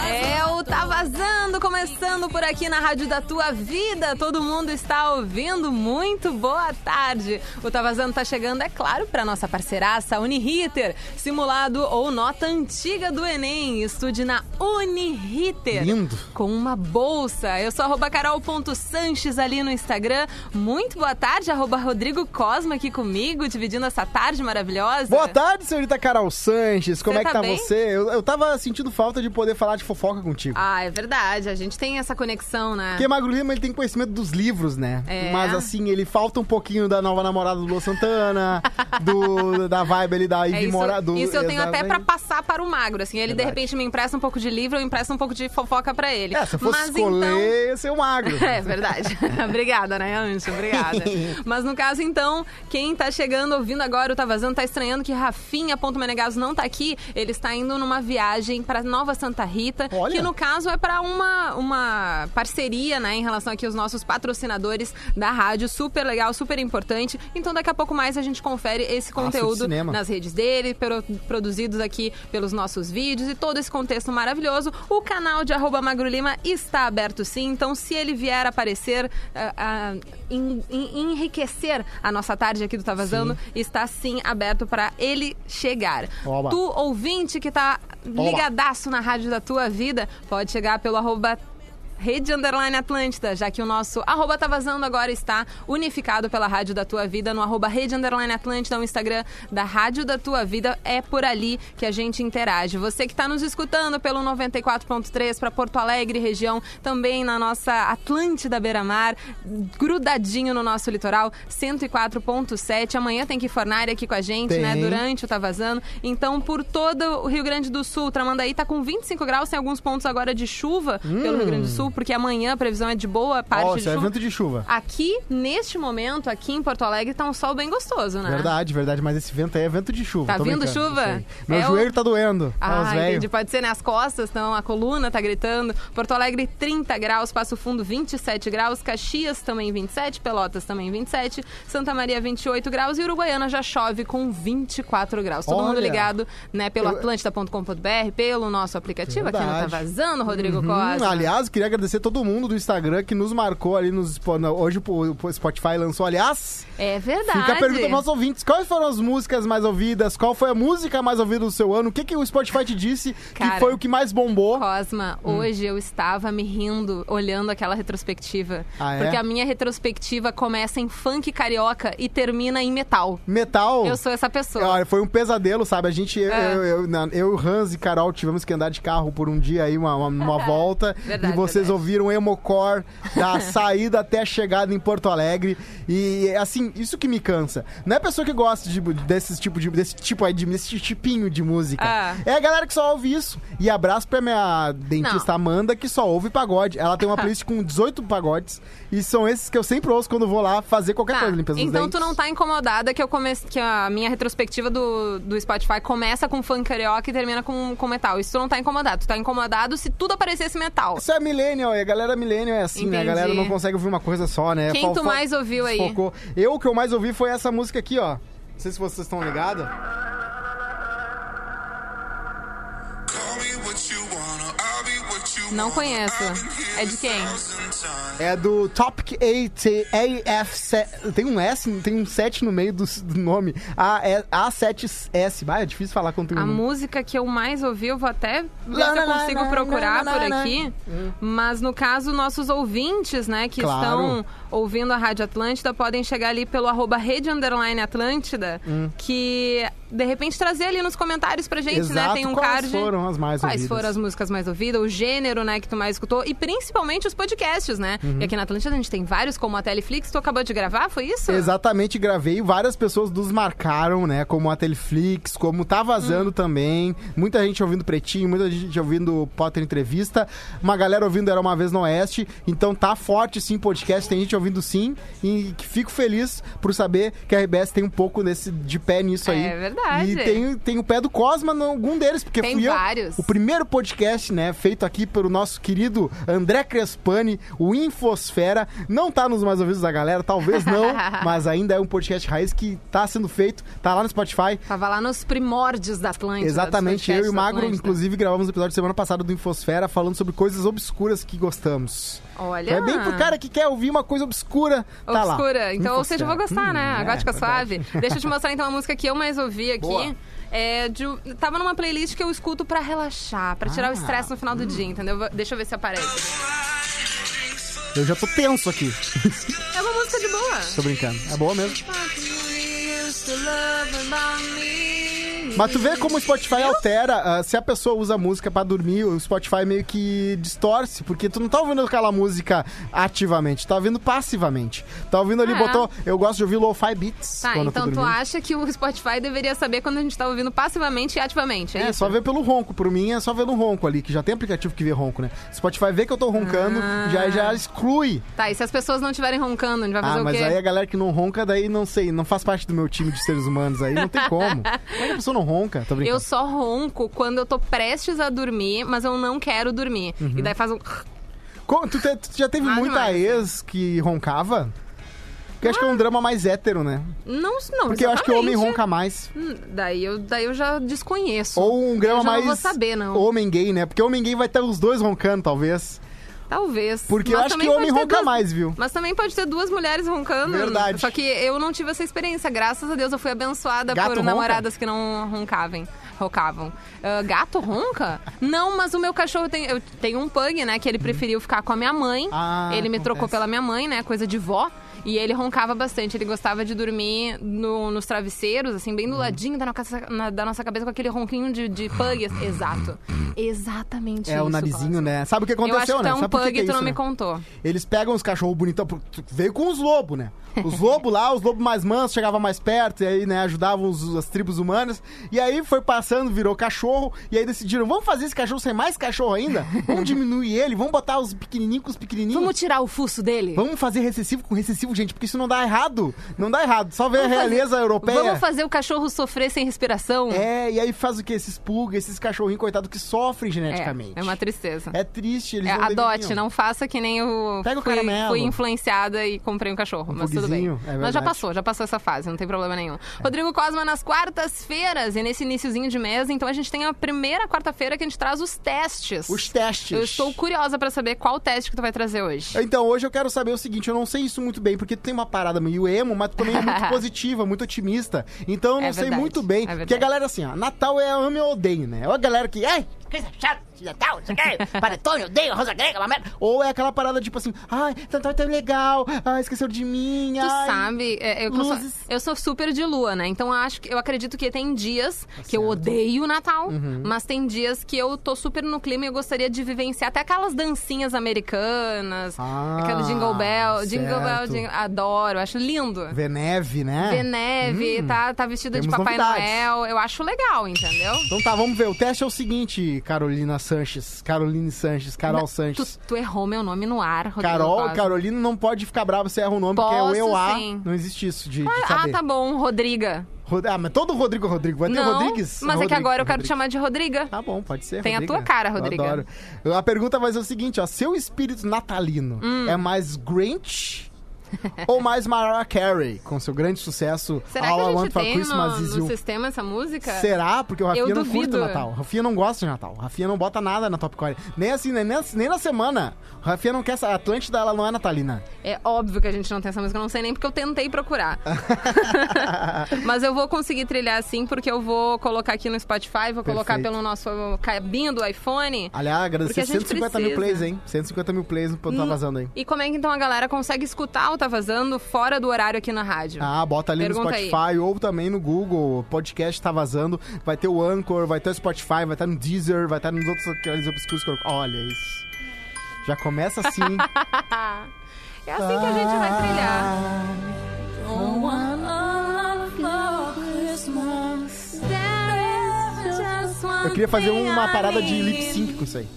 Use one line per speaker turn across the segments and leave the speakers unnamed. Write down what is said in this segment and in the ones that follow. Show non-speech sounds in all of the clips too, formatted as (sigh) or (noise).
É. Tá começando por aqui na Rádio da Tua Vida. Todo mundo está ouvindo. Muito boa tarde. O Tá Vazando tá chegando, é claro, para nossa parceiraça Uniriter. Simulado ou nota antiga do Enem. Estude na Uniriter.
Lindo.
Com uma bolsa. Eu sou arroba carol.sanches ali no Instagram. Muito boa tarde, arroba Rodrigo Cosma aqui comigo, dividindo essa tarde maravilhosa.
Boa tarde, senhorita Carol Sanches. Como
Você
é que
tá
tá,
bem?
você? Eu, eu tava sentindo falta de poder falar de fofoca contigo.
Ah, é verdade. A gente tem essa conexão, né?
Porque Magro Lima ele tem conhecimento dos livros, né?
É.
Mas assim, ele falta um pouquinho da nova namorada do Lua Santana,
(laughs)
do, da vibe ali da
É,
Ivy
isso,
Mora- do-
isso eu tenho até pra
exatamente.
passar para o magro, assim. Ele, de
Verdade.
repente, me empresta um pouco de livro, eu empresto um pouco de fofoca pra ele.
É, se eu fosse
Mas então... (laughs)
escolher, ia ser o Magro.
É verdade. (laughs) obrigada, né, Anjo?
(laughs)
Obrigada. Mas no caso, então, quem tá chegando, ouvindo agora, o Tá Vazando, tá estranhando que Rafinha Ponto Menegas não tá aqui. Ele está indo numa viagem pra Nova Santa Rita,
Olha.
que no caso é pra uma, uma parceria, né, em relação aqui aos nossos patrocinadores da rádio. Super legal, super importante. Então, daqui a pouco mais a gente confere esse
Nossa, de
conteúdo
cinema.
nas redes dele, pro- produzidos aqui pelos nossos vídeos e todo esse contexto maravilhoso. O canal de arroba Magro Lima está aberto sim, então se ele vier aparecer, ah, ah, en- en- enriquecer a nossa tarde aqui do Tá Vazando, está sim aberto para ele chegar.
Oba.
Tu, ouvinte que tá
Oba.
ligadaço na rádio da tua vida, pode chegar pelo arroba Rede Underline Atlântida, já que o nosso arroba tá vazando agora está unificado pela Rádio da Tua Vida no arroba Rede Underline Atlântida, o Instagram da Rádio da Tua Vida. É por ali que a gente interage. Você que está nos escutando pelo 94.3 para Porto Alegre, região, também na nossa Atlântida Beira Mar, grudadinho no nosso litoral, 104.7. Amanhã tem que Fornari aqui com a gente, né?
Tem.
Durante o Tá Vazando. Então, por todo o Rio Grande do Sul, Tramandaí tá com 25 graus, tem alguns pontos agora de chuva pelo Rio Grande do Sul, porque amanhã a previsão é de boa parte
Hum. Ó,
de
isso é
chuva.
evento de chuva.
Aqui, neste momento, aqui em Porto Alegre, tá um sol bem gostoso, né?
Verdade, verdade, mas esse vento aí é vento de chuva.
Tá
tô
vindo
brincando,
chuva?
isso aí. Meu
É o-
joelho tá doendo. Tá uns
Ah,
velho.
entendi. Pode ser, né? As costas estão, a coluna tá gritando. Porto Alegre, 30 graus. Passo Fundo, 27 graus. Caxias, também 27. Pelotas, também 27. Santa Maria, 28 graus. E Uruguaiana já chove com 24 graus. Todo mundo
Olha.
ligado, né? Pelo
Eu-
atlântida.com.br, pelo nosso aplicativo aqui não Tá
Verdade.
Vazando, Rodrigo
Hum,
Costa.
aliás, queria agradecer todo mundo do Instagram que nos marcou ali nos. spo- na- Hoje o o Spotify lançou, aliás.
É verdade.
Fica a pergunta para nossos ouvintes: quais foram as músicas mais ouvidas? Qual foi a música mais ouvida do seu ano? O que, que o Spotify te disse
Cara.
que foi o que mais bombou?
Cosma,
Hum.
hoje eu estava me rindo olhando aquela retrospectiva.
Ah, é?
Porque a minha retrospectiva começa em funk carioca e termina em metal.
Metal.
Eu sou essa pessoa.
Olha, foi um pesadelo, sabe? A gente, eu,
É.
eu, eu, na- eu, Hans e Carol tivemos que andar de carro por um dia aí, uma,
(laughs)
uma, uma volta.
Verdade,
e vocês
verdade.
ouviram Emocore
(laughs)
da saída até a chegada em Porto Alegre. E, assim, isso que me cansa. Não é pessoa que gosta de, desses tipo de, desse tipo aí, de- desse tipinho de música.
Ah.
É a galera que só ouve isso. E abraço pra minha dentista
Não.
Amanda, que só ouve pagode. Ela
(laughs)
tem uma playlist com 18 pagodes. E são esses que eu sempre ouço quando vou lá fazer qualquer
Tá,
é coisa, limpeza dos
então
dentes.
tu não tá incomodada que, eu come... que a minha retrospectiva do, do Spotify começa com funk carioca e termina com, com metal. Isso tu não tá incomodado. Tu tá incomodado se tudo aparecesse metal.
Isso é millennial, e a galera millennial é assim, né? A
Entendi.
galera não consegue ouvir uma coisa só, né?
Quem tu mais ouviu aí?
desfocou. Eu, o que eu mais ouvi foi essa música aqui, ó. Não sei se vocês estão ligados.
Não conheço. É de quem?
É do Topic 8 AF7. Tem um S, tem um 7 no meio do, do nome. A, é- A7S. Bah, é difícil falar quanto tem
A
um número.
música que eu mais ouvi, eu vou até ver
Lá,
se eu
lá,
consigo
lá,
procurar
lá,
por
lá, Uhum.
aqui. Mas no caso, nossos ouvintes, né, que
Claro.
estão ouvindo a Rádio Atlântida, podem chegar ali pelo arroba Rede Underline Atlântida,
Hum.
que de repente trazer ali nos comentários pra gente, né?
Exato,
Tem um
quais
card.
foram as mais
Quais
ouvidas?
foram as músicas mais ouvidas, o gênero, né, que tu mais escutou, e principalmente os podcasts, né?
Uhum.
E aqui na Atlântida a gente tem vários, como a Teleflix, tu acabou de gravar, foi isso?
Exatamente, gravei. Várias pessoas nos marcaram, né? Como a Teleflix, como tá
Hum.
vazando também. Muita gente ouvindo Pretinho, muita gente ouvindo Potter Entrevista. Uma galera ouvindo Era Uma Vez no Oeste. Então tá forte sim o podcast, tem gente ouvindo sim. E que fico feliz por saber que a RBS tem um pouco desse, de pé nisso aí.
É verdade.
E tem, tem o pé do Cosma em algum deles, porque
Tem
fui eu-
vários.
o primeiro podcast, né, feito aqui pelo nosso querido André Crespani, O Infosfera não tá nos mais ouvidos da galera, talvez
(laughs)
não, mas ainda é um podcast raiz que tá sendo feito, tá lá no Spotify.
Tava lá nos primórdios da Atlântida. dos
Exatamente,
podcasts
eu e o
da
Magro,
Atlântida.
inclusive, gravamos um episódio semana passada do Infosfera falando sobre coisas obscuras que gostamos.
Olha.
É bem pro cara que quer ouvir uma coisa obscura, tá lá.
obscura. Então, ou seja, eu vou
Infosfera.
gostar, né?
Hum,
A
é,
Gótica
verdade.
Suave. Deixa eu te mostrar então a música que eu mais ouvi aqui.
Boa.
É de, um- tava numa playlist que eu escuto pra relaxar, pra tirar
Ah,
o estresse no final do dia, entendeu? Vou- Deixa eu ver se aparece.
Eu já tô tenso aqui. (laughs)
É uma música de boa.
Tô brincando. É boa mesmo. Mas tu vê como o Spotify altera. ah, se a pessoa usa música pra dormir, o Spotify meio que distorce, porque tu não tá ouvindo aquela música ativamente, tá ouvindo passivamente. Tá ouvindo ali,
Ah, é.
botou. Eu gosto de ouvir lo-fi beats.
Tá,
quando eu tô
então tu
dormindo.
acha que o Spotify deveria saber quando a gente tá ouvindo passivamente e ativamente, é,
É,
isso?
só ver pelo ronco. Por mim é só ver no ronco ali, que já tem aplicativo que vê ronco, né? Spotify vê que eu tô roncando,
Ah.
já, já exclui.
Tá, e se as pessoas não estiverem roncando, a gente vai fazer
Ah,
o
mas
quê?
aí a galera que não ronca, daí não sei, não faz parte do meu time de seres humanos aí, não tem
(laughs)
como. Como é que a pessoa não ronca? Tô brincando.
Eu só ronco quando eu tô prestes a dormir, mas eu não quero dormir.
Uhum.
E daí faz um.
Co- Tu, te- tu já teve
Ah,
muita
demais,
ex que roncava? Porque eu acho que é um drama mais hétero, né?
Não, não.
Porque eu acho que o homem
Ah. exatamente.
ronca mais.
Hum, Daí eu, daí eu já desconheço.
Ou um grama
já não
mais.
vou saber, não.
Homem gay, né? Porque homem gay vai ter os dois roncando, talvez.
Talvez.
Porque
Mas
eu acho
também
que homem
pode ter
ronca
duas-
mais, viu? É
Mas também pode ter duas mulheres roncando.
Verdade.
Só que eu não tive essa experiência. Graças a Deus eu fui abençoada
Gato
por
ronca?
namoradas que não roncavem. Rocavam. Ah, gato ronca? Não, mas o meu cachorro tem. Eu tenho um pug, né? Que ele preferiu ficar com a minha mãe.
Uhum. Ah,
ele me
acontece.
trocou pela minha mãe, né? Coisa de vó. E ele roncava bastante. Ele gostava de dormir no- nos travesseiros, assim, bem do
Uhum.
ladinho da nossa, na- da nossa cabeça, com aquele ronquinho de, de
(laughs)
pug. Exato. Exatamente
É
isso.
o narizinho,
Cosmo.
né? Sabe o que
Eu acho
aconteceu,
que
né?
tá um
Sabe por
pug
que
e
que é
tu
isso,
não me
né?
contou.
Eles pegam os cachorros bonitão. pro- tu- Veio com os lobos, né? Os lobos lá, os lobos mais mansos, chegavam mais perto, e aí, né, ajudavam os- as tribos humanas. E aí foi passando, virou cachorro, e aí decidiram: vamos fazer esse cachorro ser mais cachorro ainda? Vamos diminuir ele, vamos botar os pequenininhos com os pequenininhos.
Vamos tirar o fuço dele?
Vamos fazer recessivo com recessivo, gente, porque isso não dá errado. Não dá errado. Só vê a
fazer-
realeza europeia.
Vamos fazer um. o cachorro sofrer sem respiração?
É, e aí faz o que? Esses pulgas, esses cachorrinhos, coitado, que sofrem geneticamente.
É, é uma tristeza.
É triste, eles
É,
não
adote,
deveriam.
não faça que nem o.
Pega o
fui,
caramelo.
fui influenciada e comprei um cachorro, mas tudo bem.
pugzinho,
mas
é
já
verdade. É.
passou, já passou essa fase, não tem problema nenhum. Rodrigo Cosma nas quartas-feiras e nesse iniciozinho de mês, então a gente tem a primeira quarta-feira que a gente traz os testes.
Os testes.
Eu estou curiosa pra saber qual teste que tu vai trazer hoje.
Então, hoje eu quero saber o seguinte, eu não sei isso muito bem, porque tu tem uma parada meio emo, mas tu também é
(laughs)
muito positiva, muito otimista. Então eu não
É
sei
verdade,
muito bem.
é
porque a
verdade.
galera, assim, ó, Natal é ame ou odeio, né? Ou a galera que, ai,
Coisa chata, Natal, isso aqui, panetone, odeio, rosa grega, uma merda.
ou é aquela parada tipo assim, ai, Natal é tão legal, ai, esqueceu de mim,
Tu
ai.
sabe, é, eu, eu sou,
luzes.
eu sou super de lua, né? Então eu acho que eu acredito que tem dias
Tá
que eu odeio o Natal,
Uhum.
mas tem dias que eu tô super no clima e eu gostaria de vivenciar até aquelas dancinhas americanas,
Ah,
aquele jingle bell, jingle bell,
certo.
jingle, adoro, acho lindo.
Vê neve, né?
Ver neve, tá, tá vestida de
temos
Papai
novidades.
Noel, eu acho legal, entendeu?
Então tá, vamos ver. O teste é o seguinte, Carolina Sanches. Caroline Sanches, Carol
Tu,
Sanches.
tu errou meu nome no ar, Rodrigo
Carol,
Cosma.
Carolina não pode ficar brava se erra o nome, porque é o
Posso,
eu a.
sim.
Não existe isso de, de
Ah,
saber.
tá bom, Rodriga.
Rod- Ah, mas todo Rodrigo é Rodrigo. Vai ter
Não,
Rodrigues?
mas é que
Rodrigo,
agora eu quero
Rodrigo.
te chamar de Rodriga.
Tá bom, pode ser.
Tem a
Rodrigo,
tua
né?
cara,
Eu
Rodrigo.
Adoro. A pergunta vai ser o seguinte, ó. Seu espírito natalino
Hum.
é
(laughs)
mais Grinch ou mais Mariah Carey? Com seu grande sucesso
Será
All
que
I
a
Want
gente
For
tem
Christmas Is
no, no
You.
sistema essa música?
Será? Porque o Rafinha não
duvido.
curte o Natal. O Rafinha não gosta de Natal. O Rafinha não bota nada na Top 40. Nem assim, nem, nem- nem na semana. O Rafinha não quer essa. A Atlântida, ela não é natalina.
É óbvio que a gente não tem essa música, eu não sei nem porque eu tentei
(laughs)
procurar. Mas eu vou conseguir trilhar sim, porque eu vou colocar aqui no Spotify, vou colocar
Perfeito.
pelo nosso cabinho do iPhone.
Aliás,
Porque a
agradecer
gente
150 mil
precisa.
plays, hein? 150 mil plays no Tá Vazando aí.
E como é que então a galera consegue escutar o Tá Vazando fora do horário aqui na rádio?
Ah, bota ali
Pergunta
no
aí.
Spotify ou também no Google. O podcast tá vazando. Vai ter o Anchor, vai ter o Spotify, vai estar no Deezer, vai estar nos outros aqueles obscuros. que eu- Olha isso. Já começa
(laughs)
assim.
É assim que a gente vai trilhar.
Eu queria fazer uma parada de lip sync com isso aí.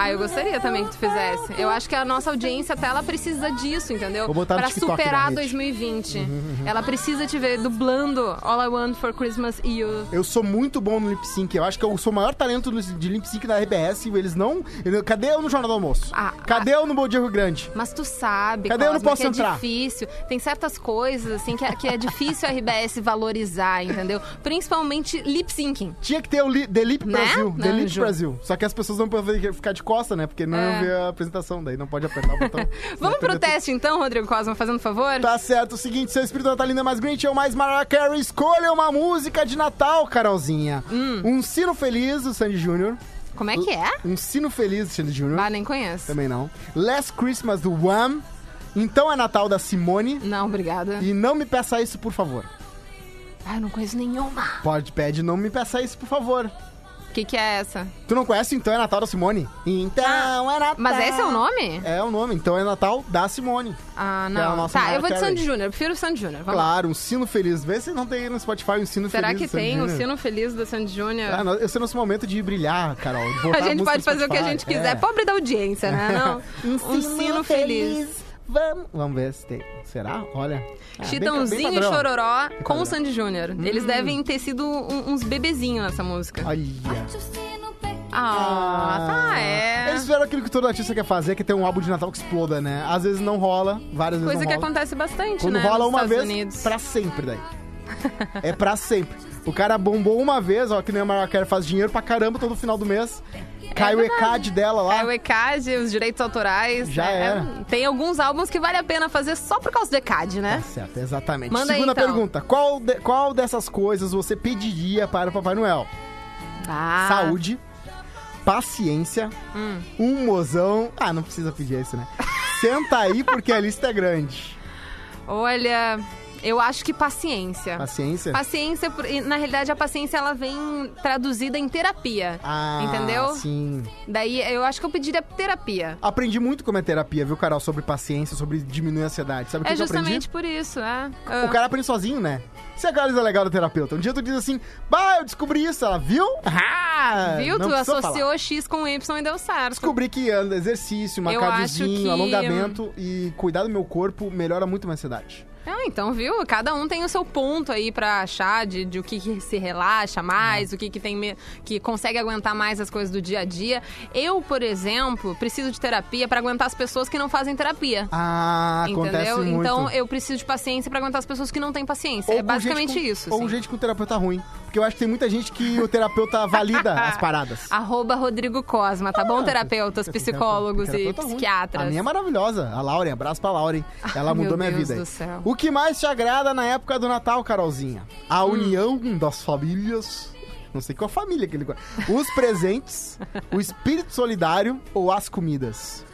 Ah, eu gostaria também que tu fizesse. Eu acho que a nossa audiência até ela precisa disso, entendeu?
Vou botar no
pra
TikTok da Uhum,
superar
rede.
2020. Ela precisa te ver dublando All I Want for Christmas e You.
Eu sou muito bom no lip sync. Eu acho que eu sou o maior talento no- de lip sync da RBS. e Eles não. ele- Cadê eu no Jornal do Almoço?
Ah,
Cadê eu no Bom Dia Rio Grande?
Mas tu sabe,
Cadê eu não
Cosma,
posso
que
entrar?
é difícil. Tem certas coisas, assim, que é, que é difícil a RBS valorizar, entendeu? Principalmente lip-syncing.
Tinha que ter o li, The Lip
Né,
Brasil. The Lip
Anjo?
Brasil. Só que as pessoas não podem ficar de costa, né? Porque não
É.
iam ver a apresentação. Daí não pode apertar
(laughs)
o botão.
Vamos
Vai perder
pro teste, então, Rodrigo Cosma, fazendo favor?
Tá certo, o seguinte, seu espírito natalino é mais Grinch ou mais Mariah Carey, escolha uma música de Natal, Carolzinha.
Hum.
Um sino feliz, do Sandy Júnior.
Como é que é?
Um sino feliz, do Sandy Júnior.
Ah, nem conheço.
Também não. Last Christmas, do Wham. Então é Natal, da Simone.
Não, obrigada.
E não me peça isso, por favor.
Ah, eu não conheço nenhuma.
Pode, pede, não me peça isso, por favor.
O que, que é essa?
Tu não conhece Então é Natal da Simone? Então é Natal.
Mas esse é o nome?
É o nome, então é Natal da Simone.
Ah,
Que é o
não.
nosso
Tá,
Mariah
eu vou de
Carey.
Sandy Júnior. Eu Prefiro o Sandy Júnior. Vamos lá.
Claro, um sino feliz. Vê se não tem no Spotify um sino
Será
feliz.
que
do Sandy
tem o
Júnior.
sino feliz do Sandy Júnior?
Ah, nós- esse é o nosso momento de brilhar, Carol. de botar
a gente
música
pode
no
fazer o que a
Spotify.
gente quiser.
É.
Pobre da audiência,
(laughs)
né? Não. um sino
É,
feliz.
Vamos. Vamos ver se tem. Será? Olha. Ah, bem-
Chitãozinho
bem
e
padrão.
Chororó com
padrão. Hum.
o Sandy Júnior. Eles devem ter sido um- uns bebezinhos nessa música.
Olha.
Ah, tá, é.
Eles fizeram aquilo que todo artista quer fazer, que é ter um álbum de Natal que exploda, né? Às vezes não rola, várias vezes
Coisa
não
que
rola.
acontece bastante,
Quando
né?
rola
nos
uma
Estados
vez,
Unidos.
pra sempre daí. é pra sempre. O cara bombou uma vez, ó, que nem a Mariah Carey faz dinheiro pra caramba todo final do mês. Cai o
É verdade.
ECAD dela lá.
É o ECAD, os direitos autorais.
Já
é,
era.
é, Tem alguns álbuns que vale a pena fazer só por causa do ECAD, né?
Tá Certo, exatamente.
Manda aí,
Segunda
então.
pergunta: qual, de- qual dessas coisas você pediria para o Papai Noel?
Ah, Hum.
Saúde, paciência, um mozão. Ah, não precisa
(laughs)
pedir isso, né? Senta aí porque a lista é grande.
Olha, eu acho que paciência.
Paciência?
Paciência, por- e, na realidade, a paciência ela vem traduzida em terapia.
Ah,
entendeu?
Sim.
Daí eu acho que eu pediria terapia.
Aprendi muito como é terapia, viu, Carol? Sobre paciência, sobre diminuir a ansiedade. Sabe o que,
é
que eu aprendi?
justamente por isso, né? Ah.
O cara aprende sozinho, né? Se a Carol é legal do terapeuta, um dia tu diz assim, bah, eu descobri isso, ela viu? (laughs) Ah,
Viu?
não
Tu
precisou
associou
falar.
X com Y e deu certo.
Descobri que anda, exercício,
acho
macardiozinho,
que-
alongamento e cuidar do meu corpo melhora muito minha ansiedade.
Ah, então viu? Cada um tem o seu ponto aí pra achar de, de o que, que se relaxa
É.
mais, o que, que tem me- que consegue aguentar mais as coisas do dia a dia. Eu, por exemplo, preciso de terapia pra aguentar as pessoas que não fazem terapia.
Ah, acontece
entendeu?
muito.
Então eu preciso de paciência pra aguentar as pessoas que não têm paciência.
Ou
é
com
basicamente
gente com-
isso.
Ou
assim.
gente com terapeuta ruim. Porque eu acho que tem muita gente que o terapeuta valida
(laughs)
as paradas. Assim,
Arroba Rodrigo Cosma, tá bom?
(laughs)
Terapeutas, psicólogos e
Ah, Terapeuta ruim.
psiquiatras.
A minha é maravilhosa, a Lauren. Abraço pra Lauren. Ela
Ah,
mudou
meu
minha
Deus
vida.
do
aí.
céu.
O que mais te agrada na época do Natal, Carolzinha? A
Hum.
união das famílias. Não sei qual família que ele gosta. Os
(laughs)
presentes, o espírito solidário ou as comidas?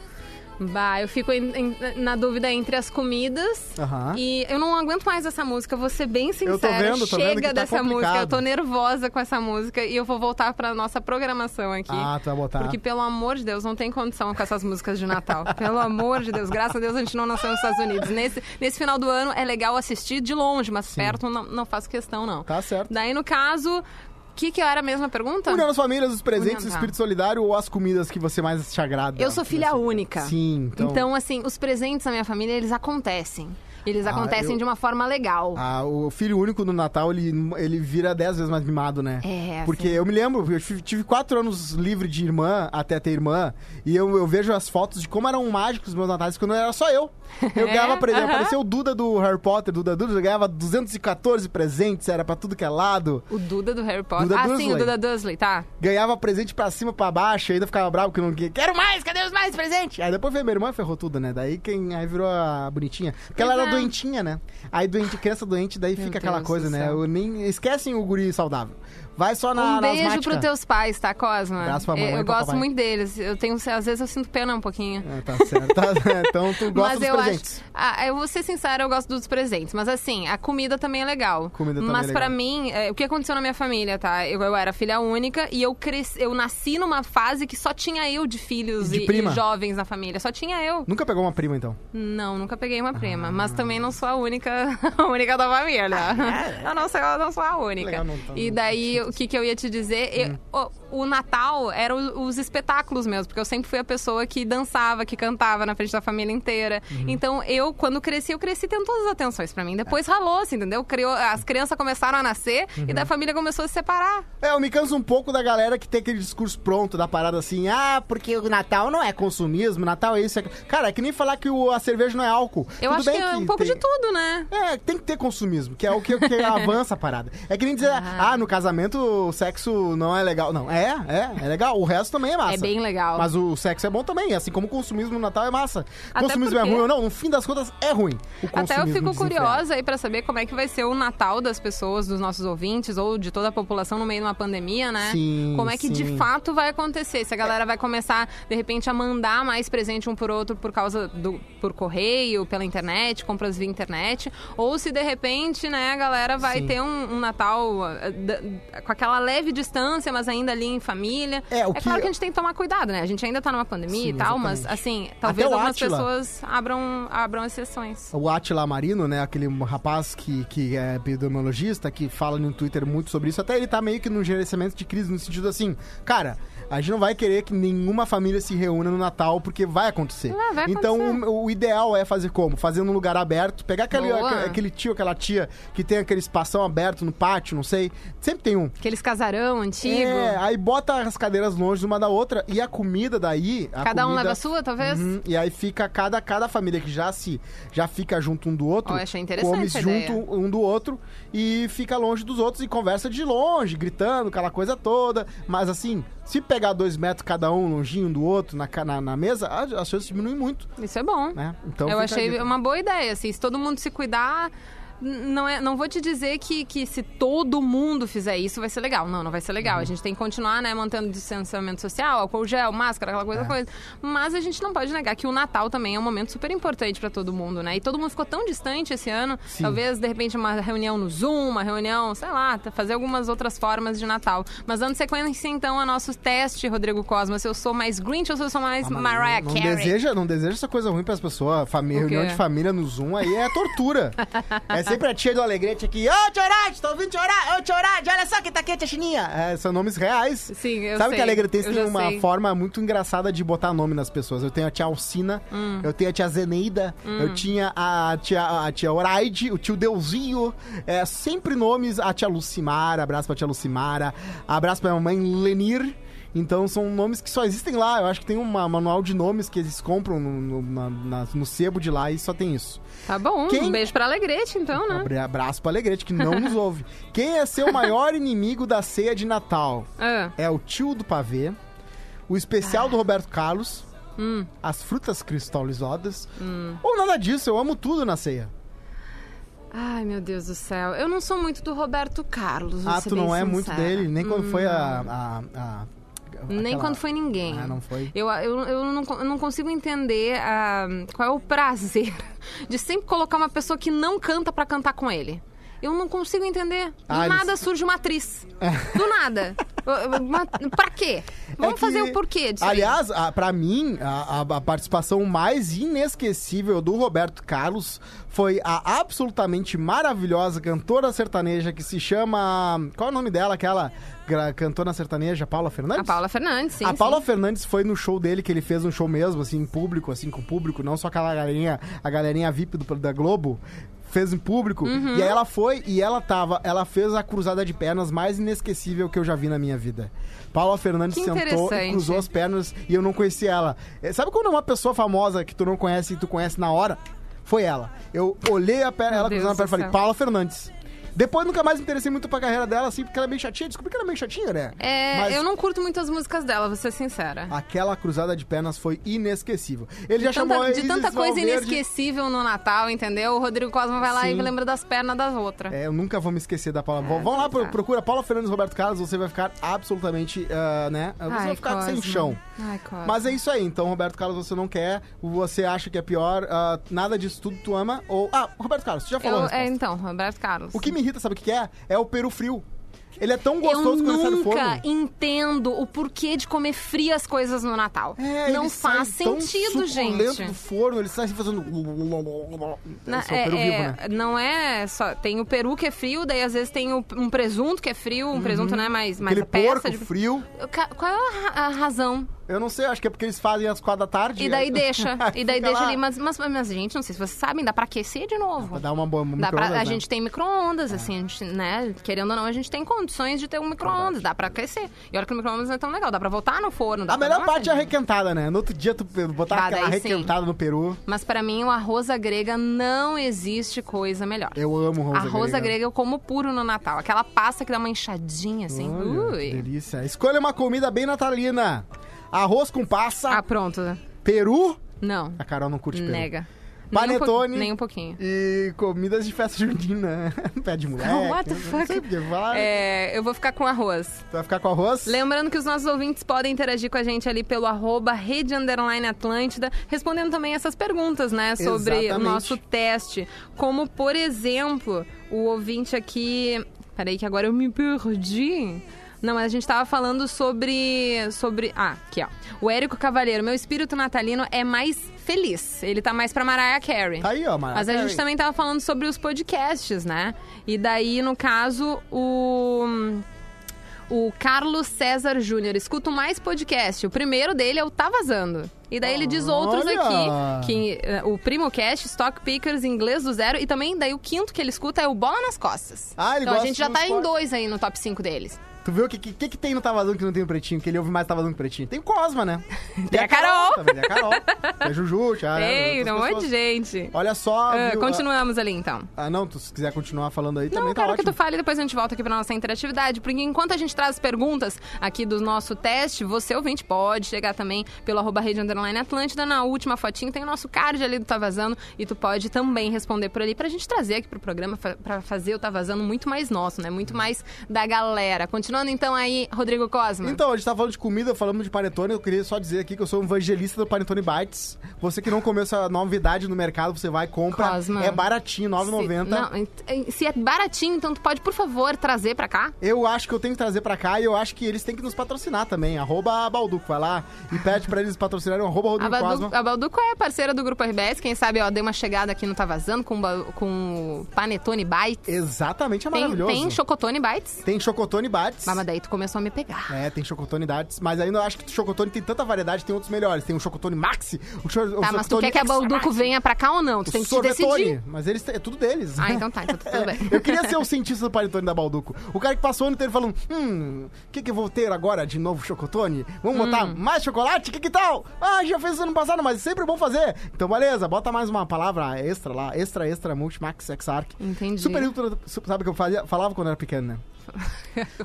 Bah, eu fico em- em- na dúvida entre as comidas
Aham.
E eu não aguento mais essa música, vou ser bem sincera.
Ah. Eu tô vendo, tô vendo
Chega
que tá
dessa
complicado.
música, eu tô nervosa com essa música e eu vou voltar pra nossa programação aqui.
Ah, tu vai botar.
Porque, pelo amor de Deus, não tem condição com essas músicas de
(laughs)
Natal. pelo amor de Deus, graças a Deus a gente não nasceu nos Estados Unidos. Nesse, nesse final do ano é legal assistir de longe, mas perto não, não faço questão, não.
Tá certo.
Daí, no caso, o que, que era a mesma pergunta?
União das famílias, os presentes,
União,
o
tá.
espírito solidário ou as comidas que você mais te agrada?
Eu sou
Que
filha
você-
única.
Sim, então.
assim, os presentes da minha família, eles acontecem. Eles
Ah,
acontecem
eu-
de uma forma legal.
Ah, o filho único no Natal, ele, ele vira dez vezes mais mimado, né?
É,
Porque eu me lembro, eu tive- tive quatro anos livre de irmã até ter irmã, e eu, eu vejo as fotos de como eram mágicos os meus natais quando era só eu. Eu
(laughs) É?
ganhava presente,
Aham.
apareceu o Duda do Harry Potter, Duda Duda, eu ganhava 214 presentes, era pra tudo que é lado.
O Duda do Harry Potter.
Duda
ah, sim,
Dursley.
o Duda Dursley, tá.
Ganhava presente pra cima, pra baixo, e ainda ficava bravo que não que- quero mais, cadê os mais presentes? Aí depois veio minha irmã, ferrou tudo, né? Daí quem aí virou a bonitinha. Porque ela
Pois
era
é.
doentinha, né? Aí doente, criança doente, daí fica aquela
Deus
coisa,
do
né?
céu.
Eu nem esquecem o guri saudável. Vai só na
um
na
beijo
asmática.
pros
(laughs)
teus pais, tá, Cosma?
Abraço pra
Eu-
mamãe e
eu
pra
gosto
papai.
muito deles. Eu tenho, às vezes eu sinto pena um pouquinho.
É, tá certo. Tá- (laughs) então tu gosta
mas
dos
eu
presentes.
acho. Ah, eu vou ser sincera, eu gosto dos presentes. Mas assim, a comida também é legal.
Comida também
mas
é
pra
legal.
mim, é, o que aconteceu na minha família, tá? Eu, eu era filha única e eu cresci, eu nasci numa fase que só tinha eu de filhos
E de
e-
prima?
e jovens na família. Só tinha eu.
Nunca pegou uma prima, então?
Não, nunca peguei uma
Ah.
prima, mas também não sou a única, (laughs) a única da (laughs) família. Eu não sou, eu não sou a única.
Ah, é? Legal, não tá- Hum.
e daí, o que, que eu ia te dizer? Eu- o- o Natal eram o- os espetáculos mesmo, porque eu sempre fui a pessoa que dançava, que cantava na frente da família inteira.
Uhum.
Então eu, quando cresci, eu cresci tendo todas as atenções pra mim.
É.
Depois ralou, se entendeu? Criou, as crianças começaram a nascer
Uhum.
e da família começou a se separar.
É, eu me canso um pouco da galera que tem aquele discurso pronto da parada assim, ah, porque o Natal não é consumismo, Natal é isso. É... aquilo." Cara, é que nem falar que o- a cerveja não é álcool.
Eu
Tudo
acho que
bem
é um pouco
tem-
de tudo, né?
É, tem que ter consumismo, que é o
(laughs)
que, que avança a parada. É que nem dizer, ah. no casamento o sexo não é legal. Não, é, é, é legal. O resto também é massa.
É bem legal.
Mas o sexo é bom também, assim como o consumismo no Natal é massa.
Até
consumismo
porque-
é ruim ou não, no fim das contas é ruim.
Até
O
eu
consumismo
fico
desenfreado.
curiosa aí pra saber como é que vai ser o Natal das pessoas, dos nossos ouvintes ou de toda a população no meio de uma pandemia, né?
Sim,
como é que
sim.
de fato vai acontecer? Se a galera vai começar de repente a mandar mais presente um por outro por causa do por correio, pela internet, compras via internet, ou se de repente, né, a galera vai
Sim.
ter um, um Natal eh, da- com aquela leve distância, mas ainda ali em família.
É, o que-
claro que a gente tem que tomar cuidado, né? A gente ainda tá numa pandemia
Sim,
e tal, mas
exatamente.
assim, talvez
o
algumas
Átila.
pessoas abram abram exceções.
O Atila Marino, né? Aquele rapaz que, que é epidemiologista, que fala no Twitter muito sobre isso. Até ele tá meio que num gerenciamento de crise, no sentido assim, cara, a gente não vai querer que nenhuma família se reúna no Natal, porque vai acontecer.
Ah, vai
então,
acontecer.
O, o ideal é fazer como? Fazer num lugar aberto, pegar aquele,
Boa.
aque- aquele tio, aquela tia que tem aquele espação aberto no pátio, não sei. Sempre tem um.
Aqueles casarão antigo.
É, aí bota as cadeiras longe uma da outra e a comida daí. a
Cada um
comida-
leva a sua, talvez?
Uhum, e aí fica cada, cada família que já se já fica junto um do outro.
Ó, achei interessante
Come
essa
junto
ideia.
um do outro e fica longe dos outros e conversa de longe, gritando, aquela coisa toda. Mas assim, se pegar dois metros cada um, longinho um do outro, na, ca- na, na mesa, a- as chances diminuem muito,
Isso é bom.
né? Então
eu
fica a
achei
dica.
uma boa ideia, assim. Se todo mundo se cuidar. n- Não, é, não vou te dizer que, que se todo mundo fizer isso vai ser legal. Não, não vai ser
Uhum.
legal. A gente tem que continuar, né, mantendo distanciamento social, álcool gel, máscara, aquela
É.
coisa, coisa. Mas a gente não pode negar que o Natal também é um momento super importante pra todo mundo, né? E todo mundo ficou tão distante esse ano.
Sim.
Talvez, de repente, uma reunião no Zoom, uma reunião, sei lá, t- fazer algumas outras formas de Natal. Mas dando sequência, então, ao nosso teste, Rodrigo Cosma. Se eu sou mais Grinch ou se eu sou mais
Ah, mas
Mariah
não, não
Carey?
deseja, não deseja essa coisa ruim pras pessoas. Família,
O quê?
reunião de família no Zoom aí é
(laughs)
tortura. é sempre a tia do Alegrete aqui. Ô, Tchorade, tô ouvindo Tchorade, ô, Tchorade, olha só que tá quente a chininha. É, são nomes reais.
Sim, eu
Sabe
sei,
que a Alegretense
eu
tem
já
uma
sei.
forma muito engraçada de botar nome nas pessoas. Eu tenho a tia Alcina,
Hum.
eu tenho a tia Zeneida, eu tinha a tia, a tia Oraide, o tio Deusinho. É, sempre nomes. A tia Lucimara, abraço pra tia Lucimara. Abraço pra minha mãe Lenir. Então são nomes que só existem lá. Eu acho que tem um manual de nomes que eles compram no, no, na- na- no sebo de lá e só tem isso.
Tá bom,
Quem-
um beijo pra Alegrete, então, né?
Abra- Abraço pra Alegrete, que não nos ouve. Quem é seu maior (laughs) inimigo da ceia de Natal?
Ah,
é o tio do pavê, o especial do Roberto Carlos,
Hum.
as frutas cristalizadas, ou nada disso, eu amo tudo na ceia.
Ai, meu Deus do céu. Eu não sou muito do Roberto Carlos. vou
ah,
ser
tu
bem
não é muito
sincera.
dele, nem quando
Hum,
foi a... a- a-
Nem
aquela-
quando foi ninguém.
Ah, não foi.
Eu, eu, eu, não, eu não consigo entender ah, qual é o prazer (laughs) de sempre colocar uma pessoa que não canta pra cantar com ele. Eu não consigo entender. Do
Ah, eles-
nada surge uma atriz. Do nada. Eu- eu- uma- pra quê? Vamos
É que-
fazer o porquê disso. aí.
Aliás, a, pra mim, a, a- a participação mais inesquecível do Roberto Carlos foi a absolutamente maravilhosa cantora sertaneja que se chama. Qual é o nome dela? Aquela gra- cantora sertaneja, Paula Fernandes?
A Paula Fernandes, sim.
a
sim.
Paula Fernandes foi no show dele, que ele fez um show mesmo, assim, em público, assim, com o público, não só aquela galerinha, a galerinha VIP do- da Globo. Fez em público.
Uhum.
E aí ela foi e ela tava. Ela fez a cruzada de pernas mais inesquecível que eu já vi na minha vida. Paula Fernandes
Que
sentou e
interessante.
cruzou as pernas e eu não conhecia ela. É, Sabe quando é uma pessoa famosa que tu não conhece e tu conhece na hora? Foi ela. Eu olhei a perna,
Meu
ela
Deus
cruzando a
do
perna e falei,
céu.
Paula Fernandes. Depois nunca mais me interessei muito pra carreira dela, assim, porque ela é meio chatinha. Descobri que ela é meio chatinha, né?
É,
Mas-
Eu não curto muito as músicas dela, vou ser sincera.
Aquela cruzada de pernas foi inesquecível. Ele já chamou
Tanta-
a
de
Isis
tanta coisa
Valverde.
inesquecível no Natal, entendeu? O Rodrigo Cosma vai lá
Sim.
e lembra das pernas das outras.
É, eu nunca vou me esquecer da Paula. Vão Vão lá, pro-
tá.
procura Paula Fernandes e Roberto Carlos, você vai ficar absolutamente, ah, né? Você vai ficar sem
Cosma.
chão.
Ai, Cosma.
Mas é isso aí, então, Roberto Carlos, você não quer, você acha que é pior, ah, nada disso tudo tu ama, ou... Ah, Roberto Carlos, tu já falou a
Eu,
resposta.
é, então, Roberto Carlos.
O que me irrita, sabe o que que é? É o peru frio. Ele é tão gostoso
eu
quando sai do
nunca
forno.
entendo o porquê de comer frias coisas no Natal.
É,
não
ele sai
faz
tão
sentido,
suculento
gente.
do forno, ele sai fazendo...
Na-
é super
é-
vivo,
é,
né?
Não é só. Tem o peru que é frio, daí às vezes tem o- um presunto que é frio, um presunto, né? Mais, mais
Uhum. Aquele
a peça
porco
de-
frio.
Ca- Qual é a, ra- a razão?
Eu não sei, acho que é porque eles fazem às quatro da tarde. é.
E daí
(laughs)
deixa. E daí
Fica
deixa
lá.
ali. Mas, mas, mas, gente, não sei se vocês sabem, dá pra aquecer de novo.
Pra dar uma boa
Dá pra-
micro-ondas,
a
né?
gente tem micro-ondas, assim, a gente, né? Querendo ou não, a gente tem condições de ter um micro-ondas, dá pra aquecer. E olha que o micro-ondas não é tão legal, dá pra voltar no forno. dá
A
pra
melhor
dar uma
parte é a requentada, né? No outro dia tu botar
Bah,
aquela
daí sim.
requentada no peru.
Mas pra mim, o arroz à grega não existe coisa melhor.
Eu amo arroz à
arroz à grega eu como puro no Natal. Aquela pasta que dá uma enxadinha, assim.
Olha, que
Ui.
delícia. Escolha uma comida bem natalina. Arroz com passa,
Ah, pronto.
peru.
Não.
A Carol não curte peru.
Nega.
Ah, Panetone.
Nem um, pou- nem um pouquinho.
E comidas de festa junina. (laughs) Pé de mulher.
Ah, What the
Não sei
fuck?
porque vai.
É, eu vou ficar com arroz.
Tu vai ficar com arroz?
Lembrando que os nossos ouvintes podem interagir com a gente ali pelo arroba rede underline Atlântida, respondendo também essas perguntas, né? Sobre o
Exatamente.
nosso teste. Como, por exemplo, o ouvinte aqui. Peraí, que agora eu me perdi. Não, mas a gente tava falando sobre. sobre. Ah, aqui, ó. O Érico Cavalheiro, meu espírito natalino é mais feliz. Ele tá mais pra Mariah Carey.
Tá aí, ó, Mariah
Mas a
Carey.
gente também tava falando sobre os podcasts, né? E daí, no caso, o. O Carlos César Júnior. Escuto mais podcast. O primeiro dele é o Tá Vazando. E daí ele diz outros
Olha!
aqui. Que, eh, o Primo Cast, Stock Pickers, Inglês do Zero. E também daí o quinto que ele escuta é o Bola nas Costas.
Ah, ele
então a
gosta
gente já
do
tá em
esporte.
dois aí no top 5 deles.
Tu viu o que, que, que que tem no Tavazão que não tem o Pretinho? Que ele ouve mais Tavazão que o Pretinho? Tem o Cosma, né?
(laughs) Tem a Carol.
também, Tem a Carol. Tem a Juju, Tchau.
Ei, tem um monte de gente.
Olha só,
Ah,
viu?
continuamos ali então.
Ah, não, tu, se quiser continuar falando aí,
Não,
também
eu
tá
quero que
ótimo.
tu fale e depois a gente volta aqui pra nossa interatividade, porque enquanto a gente traz perguntas aqui do nosso teste, você ouvinte pode chegar também pelo arroba rede underline Atlântida, na última fotinho tem o nosso card ali do Tá Vazando e tu pode também responder por ali pra gente trazer aqui pro programa fa- pra fazer o Tá Vazando muito mais nosso, né? Muito mais da galera. Continuando então aí, Rodrigo Cosma.
Então, a gente tá falando de comida, falamos de panetone. Eu queria só dizer aqui que eu sou um evangelista do Panetone Bites. Você que não comeu essa novidade no mercado, você vai, compra.
Cosma.
É baratinho, R$
Se-
9,90.
não, ent- eh, se é baratinho, então tu pode, por favor, trazer pra cá?
Eu acho que eu tenho que trazer pra cá e eu acho que eles têm que nos patrocinar também. Arroba Balduco, vai lá e pede pra eles patrocinarem o arroba
A,
Rodrigo
Baldu-
Cosma.
a Balduco é parceira do Grupo RBS, quem sabe, ó, deu uma chegada aqui no Tá Vazando com, ba- com o Panetone Bites.
Exatamente, é
Tem,
maravilhoso.
tem Chocotone Bites.
Tem Chocotone Bites.
Mas, mas daí tu começou a me pegar.
É, tem chocotone Dats, mas ainda eu acho que o chocotone tem tanta variedade, tem outros melhores. Tem o chocotone maxi, o, cho o
tá, mas tu
chocotone
quer que a
extra
Balduco
maxi,
venha pra cá ou não? Tu
o
tem que te
sorvetone,
decidir.
Mas eles, é tudo deles.
Ah, então tá, então tá tudo bem.
(laughs) Eu queria ser o cientista do panetone da Balduco. O cara que passou o ano inteiro falando: Hum, o que, que eu vou ter agora de novo chocotone? Vamos
Hum.
botar mais chocolate? Que que tal? Ah, já fez ano passado, mas sempre bom fazer. Então, beleza, bota mais uma palavra extra lá: extra, extra, multimax, exarc.
Entendi.
Super ultra. su- Sabe o que eu fazia- falava quando era pequeno, né?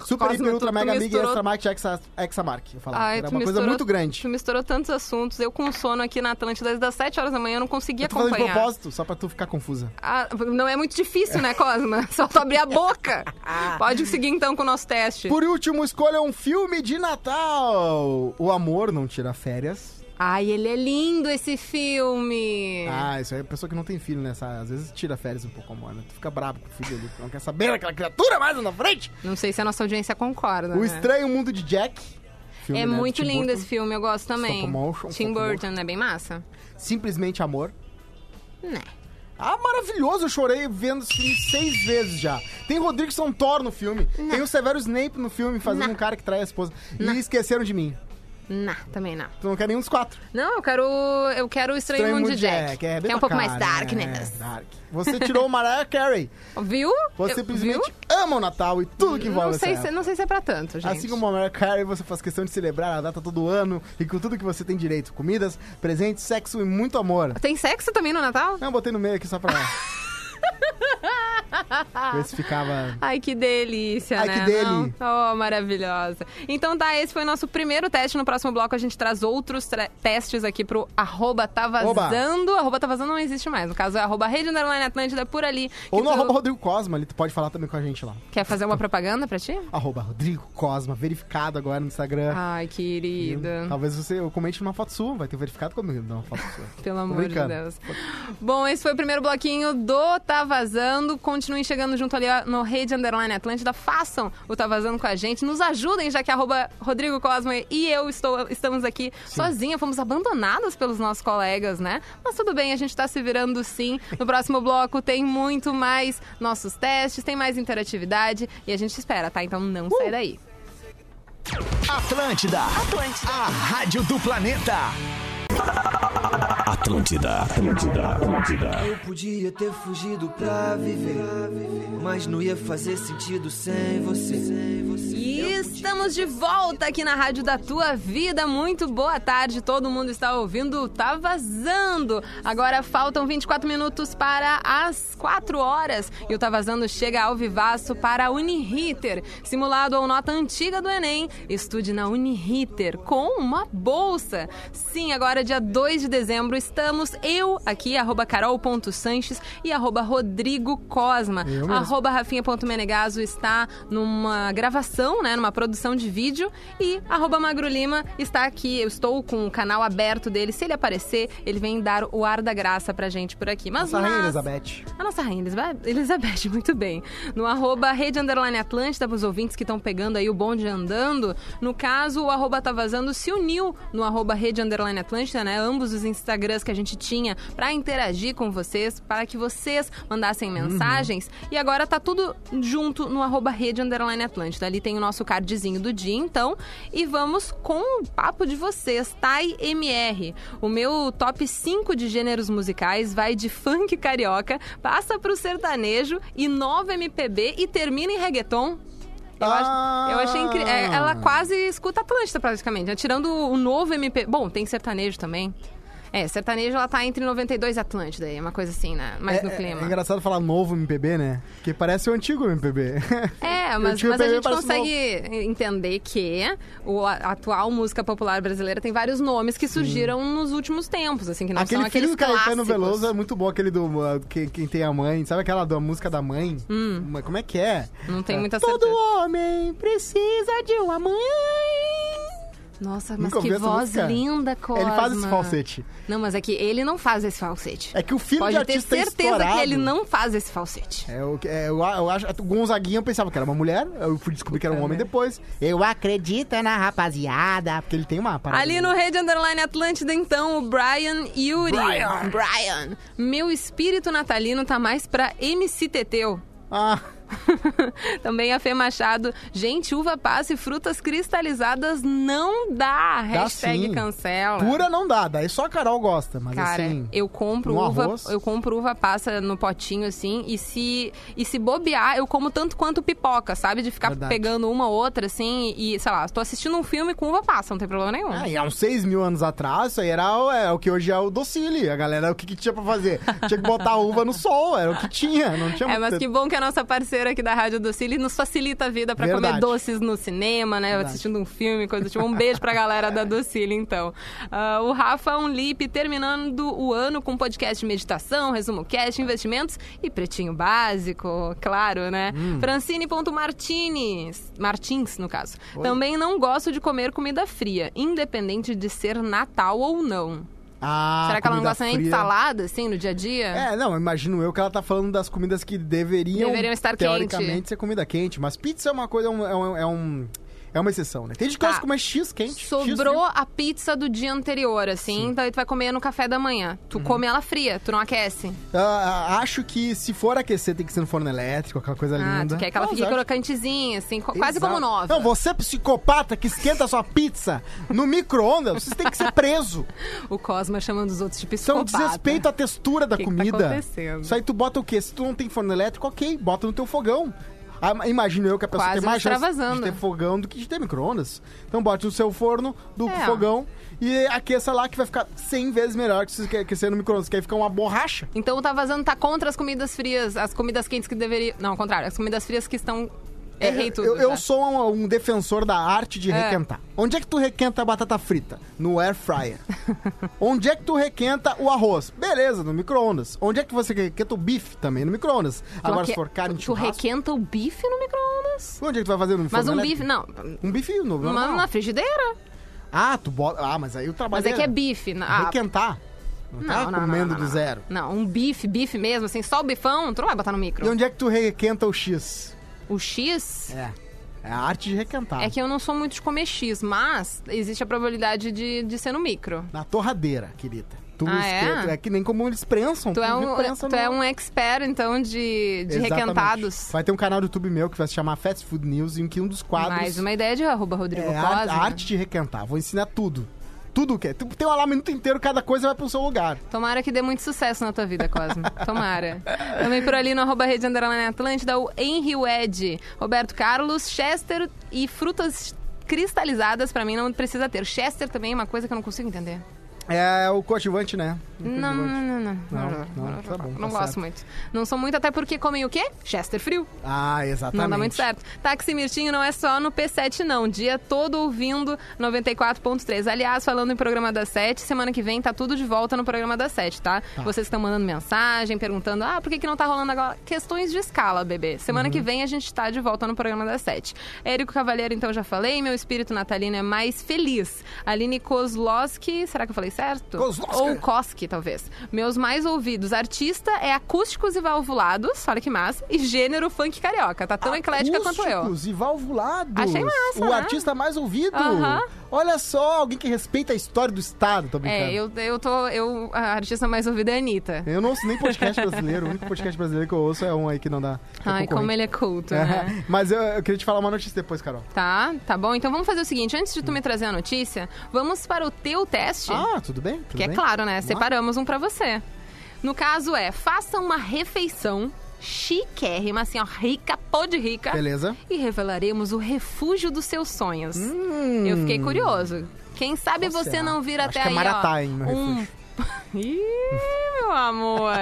Super,
Cosma,
hiper,
tu-
ultra,
tu
mega, big,
misturou-
extra, max, hexa, hexamark. Eu falava.
Ai,
Era
tu
uma coisa
misturou-
muito grande.
Tu misturou tantos assuntos. Eu com sono aqui na Atlântida desde as 7 horas da manhã, eu não consegui
Eu tô fazendo de
acompanhar.
propósito, só pra tu ficar confusa.
Ah, não é muito difícil, né, Cosma? (laughs) Só tu abrir a boca. Pode seguir então com o nosso teste.
Por último, escolha um filme de Natal. O Amor Não Tira Férias.
Ai, ele é lindo esse filme.
Ah, isso aí é pessoa que não tem filho, né? sabe? Às vezes tira férias um pouco, amor, né? Tu fica brabo com o filho ali, tu não quer saber daquela criatura mais lá na frente.
Não sei se a nossa audiência concorda.
O
né?
Estranho Mundo de Jack. filme,
É
né, do
muito
Tim
lindo
Burton.
esse filme, eu gosto também.
Stop motion,
Tim
stop
Burton, é bem massa?
Simplesmente Amor.
Né.
Ah, maravilhoso! Eu chorei vendo esse filme seis vezes já. Tem Rodrigo Santoro no filme. Tem o Severo Snape no filme, fazendo um cara que trai a esposa. E esqueceram de mim.
Não, também não.
Tu não quer nenhum dos quatro.
Não, eu quero. Eu quero o Estranho,
Estranho
Mundo
Mundo
de Jack.
é bem
que é um
tua
pouco mais
cara,
dark, né?
É, dark. Você tirou o Mariah Carey.
Viu?
é. Você
Eu-
simplesmente
viu?
ama o Natal e tudo que
Não
envolve
sei,
essa
se,
época.
não sei se é pra tanto, gente.
Assim como a Mariah Carey, você faz questão de celebrar a data todo ano e com tudo que você tem direito. Comidas, presentes, sexo e muito amor.
Tem sexo também no Natal?
Não, eu botei no meio aqui
(laughs)
só pra... Ver se ficava...
Ai, que delícia,
Ai,
né?
que dele.
Não? Oh, maravilhosa. Então tá, esse foi o nosso primeiro teste. No próximo bloco a gente traz outros tre- testes aqui pro arroba tá
Oba.
vazando. Arroba tá vazando não existe mais. No caso é arroba rede underline Atlântida por ali. que tá-
Ou no
tu-
arroba Rodrigo Cosma, ali tu pode falar também com a gente lá.
Quer fazer uma propaganda pra
(laughs)
ti?
Arroba Rodrigo Cosma, verificado agora no Instagram. Hum,
Ai, querida.
Talvez você eu comente numa foto sua,
(laughs)
vai ter verificado comigo numa foto sua.
Pelo amor de
brincando.
Deus. Bom, esse foi o primeiro bloquinho do Tá Tá Vazando. Continuem chegando junto ali ó, no Rede Underline Atlântida. Façam o Tá Vazando com a gente. Nos ajudem, já que arroba Rodrigo Cosmo e eu estou, estamos aqui sozinha. Fomos abandonadas pelos nossos colegas, né? Mas tudo bem, a gente tá se virando sim. No próximo (laughs) bloco tem muito mais nossos testes, tem mais interatividade. E a gente espera, tá? Então não sai daí.
Atlântida. Atlântida. A rádio do planeta. Atlântida, Atlântida, Atlântida.
Eu podia ter fugido pra viver, mas não ia fazer sentido sem você.
E estamos de volta aqui na Rádio da Tua Vida. Muito boa tarde, todo mundo está ouvindo, tá vazando. Agora faltam 24 minutos para as 4 horas e o Tá Vazando chega ao vivaço para a Uniriter. Simulado ou nota antiga do Enem, estude na Uniriter com uma bolsa. Sim, agora dia 2 de dezembro estamos eu aqui, arroba carol.sanches e arroba Rodrigo Cosma.
Eu mesmo.
Arroba Rafinha.menegaso está numa gravação, né? Numa produção de vídeo. E arroba Magro Lima está aqui. Eu estou com o canal aberto dele. Se ele aparecer, ele vem dar o ar da graça pra gente por aqui. Mas
Nossa
nós-
rainha Elizabeth.
a nossa rainha Elisba- Elizabeth, (laughs) muito bem. No arroba Rede Underline Atlântida, para os ouvintes que estão pegando aí o bonde andando. No caso, o arroba tá vazando se uniu no arroba Rede Underline Atlântida, né? Ambos os Instagrams que a gente tinha para interagir com vocês, para que vocês mandassem mensagens. E agora tá tudo junto no arroba Rede Underline Atlântida. Ali tem o nosso cardzinho do dia, então. E vamos com o papo de vocês, Thay MR. O meu top 5 de gêneros musicais vai de funk carioca, passa pro sertanejo, inova MPB e termina em reggaeton. Eu, ach-
Ah!
eu achei incrível. ela quase escuta Atlântida, praticamente. né? Tirando o novo MP. Bom, tem sertanejo também. É, sertanejo ela tá entre 92 e Atlântida, é uma coisa assim, né? Mais
É,
no
é-
clima.
é engraçado falar novo MPB, né? Porque parece o antigo MPB.
É,
Eu
mas,
tinha
mas a
PB
gente
parece
consegue entender que o a- atual música popular brasileira tem vários nomes que surgiram nos últimos tempos, assim, que não
Aquele
são
filho
aqueles
do Caetano
clássicos.
Veloso é muito bom, aquele do uh, que- quem tem a mãe. Sabe aquela da música da mãe? Mas Como é que é?
Não Hum. tem
É,
muita
Todo
certeza.
homem precisa de uma mãe.
Nossa, mas
Nunca ouvi
que
essa
voz
música.
linda, Cosma.
Ele faz esse falsete.
Não, mas é que ele não faz esse falsete.
É que o filho
Pode
de
ter
artista é
certeza que
estourado.
ele não faz esse falsete.
É, eu, é, eu, eu acho. O Gonzaguinha eu pensava que era uma mulher, eu fui descobrir que era um homem depois. Eu acredito na rapaziada. Porque ele tem uma parada.
Ali no Rede Underline Atlântida, então, o Brian Yuri.
Brian.
Brian. Meu espírito natalino tá mais pra MC Teteu.
Ah,
(laughs) Também a Fê Machado. Gente, uva passa e frutas cristalizadas não dá. Hashtag
sim.
cancela.
pura não dá, daí só a Carol gosta, mas
Cara,
assim.
eu compro
no
uva,
arroz?
eu compro uva passa no potinho assim e se e se bobear, eu como tanto quanto pipoca, sabe? De ficar
Verdade.
pegando uma outra assim e, sei lá, tô assistindo um filme com uva passa, não tem problema nenhum.
Ah, e há uns 6 mil anos atrás, isso aí era o- é, o que hoje é o docile. A galera, o que, que tinha pra fazer? Tinha que botar a uva no sol, era o que tinha. Não tinha
É, mas
muito-
que bom que a nossa parceira aqui da Rádio Docile nos facilita a vida pra comer
Verdade.
doces no cinema, né? Assistindo um filme, coisa do tipo. Um beijo pra galera da Docile, então. Ah, o Rafa Unlip terminando o ano com um podcast de meditação, resumo cash, investimentos e pretinho básico, claro, né?
Hum.
Francine.martins, Martins, no caso. Também não gosto de comer comida fria, independente de ser Natal ou não.
Ah,
Será que ela não
comida
gosta nem de
fria.
salada, assim, no dia a dia?
É, não, imagino eu que ela tá falando das comidas que deveriam,
Deveriam estar
teoricamente,
quente.
ser comida quente. Mas pizza é uma coisa, é um... É, um- é um- é uma exceção, né? Tem gente que
Tá.
gosta de comer X quente. X
Sobrou
frio.
a pizza do dia anterior, assim, então aí tu vai comer no café da manhã. Tu
Uhum.
come ela fria, tu não aquece.
Ah, acho que se for aquecer, tem que ser no forno elétrico, aquela coisa
Ah,
Tá linda.
tu quer que ela
Mas
fique
acho-
crocantezinha, assim, co- quase
Exato.
como nova.
Não, você é psicopata que esquenta sua pizza no micro-ondas, você tem que ser preso.
O Cosma chamando os outros de
Isso é um
psicopata.
desrespeito à textura da
Que que tá
comida.
acontecendo?
Isso aí tu bota o quê? Se tu não tem forno elétrico, ok, bota no teu fogão. Ah, imagino eu que a pessoa
Quase
tem mais chance
extravasando.
de ter fogão do que de ter micro-ondas. Então bote no seu forno do
É.
fogão e aqueça lá que vai ficar 100 vezes melhor que se você aquecer no micro-ondas, que aí fica uma borracha.
Então o Tá Vazando tá contra as comidas frias, as comidas quentes que deveria... Não, ao contrário, as comidas frias que estão... é, Errei
Eu-
tudo.
É, Eu, eu
já.
sou um, um defensor da arte de
É.
requentar. Onde é que tu requenta a batata frita? No air
(laughs)
fryer. Onde é que tu requenta o arroz? Beleza, no micro-ondas. Onde é que você requenta o bife? Também no micro-ondas.
Tu
Agora,
aque-
se for carne de
Tu
churrasco...
requenta o bife no micro-ondas?
Onde é que tu vai fazer no
Mas
forno
um
elétrico?
bife... Não,
Um bife no
uma,
normal.
na frigideira. é
Ah, tu bota... Ah, mas aí o trabalho
Mas é que é bife. na- ah,
Requentar. Não, tá
Não, não, não,
comendo
não, não,
do
não.
zero.
Não, um bife, bife mesmo, assim, só o bifão, tu não vai botar no
E
micro.
onde é que tu requenta o X?
O X
É. É a arte de requentar.
é que eu não sou muito de comer X, mas existe a probabilidade de, de ser no micro.
Na torradeira, querida. Tu
Ah,
esquenta-
é?
que nem como eles prensam.
Tu é um,
reprensa
tu é
no-
um expert, então, de, de
Exatamente.
requentados.
Vai ter um canal do YouTube meu que vai se chamar Fast Food News, em que um dos quadros...
Mais uma né? ideia de arroba Rodrigo
É a,
Cosma.
a arte de requentar. Vou ensinar tudo. Tudo que é. Tu tem lá um minuto inteiro, cada coisa vai pro seu lugar.
Tomara que dê muito sucesso na tua vida, Cosmo. Tomara. Também por ali no arroba Rede Underline Atlântida, o Henry Wed, Roberto Carlos, Chester e frutas cristalizadas, pra mim, não precisa ter. Chester também é uma coisa que eu não consigo entender.
É o coativante, né? O
Não, não,
coadjuvante.
não, não.
Não, não, tá bom, tá
Não gosto
certo.
muito. Não sou muito, até porque comem o quê? Chester frio.
Ah, exatamente.
Não dá muito certo. Táxi Mirtinho não é só no P7, não. Dia todo ouvindo 94.3. Aliás, falando em programa das 7, semana que vem tá tudo de volta no programa das 7, tá? Vocês estão mandando mensagem, perguntando, ah, por que, que não tá rolando agora? Questões de escala, bebê. Semana
Uhum.
que vem a gente tá de volta no programa das 7. Érico Cavalheiro, então, já falei. Meu espírito natalino é mais feliz. Aline Kozlowski, será que eu falei certo?
Kozlowski.
Ou Koski, talvez. Meus mais ouvidos, artista é acústicos e valvulados, olha que massa, e gênero funk carioca. Tá tão eclética quanto eu.
Acústicos e valvulados.
Achei massa,
O
né?
artista mais ouvido.
Aham.
Olha só, alguém que respeita a história do Estado, tô brincando.
É, eu, eu tô. Eu, a artista mais ouvida é a Anitta.
Eu não ouço nem podcast brasileiro. O único podcast brasileiro que eu ouço é um aí que não dá. que é
Ai, como
concorrente.
ele é culto,
(laughs)
né?
Mas eu, eu queria te falar uma notícia depois, Carol.
Tá, tá bom. Então vamos fazer o seguinte: antes de tu me trazer a notícia, vamos para o teu teste.
Ah, tudo bem? Tudo
Que é
bem?
claro, né?
Vamos lá.
Separamos um pra você. No caso é, faça uma refeição chiquérrima, assim, ó, rica, pô de rica.
Beleza.
E revelaremos o refúgio dos seus sonhos.
Hum.
Eu fiquei curioso. Quem sabe
Qual
você
será?
não vir
Acho
até
que é
aí, ó,
Maratá, hein, meu
um...
refúgio.
(laughs) Ih, meu amor.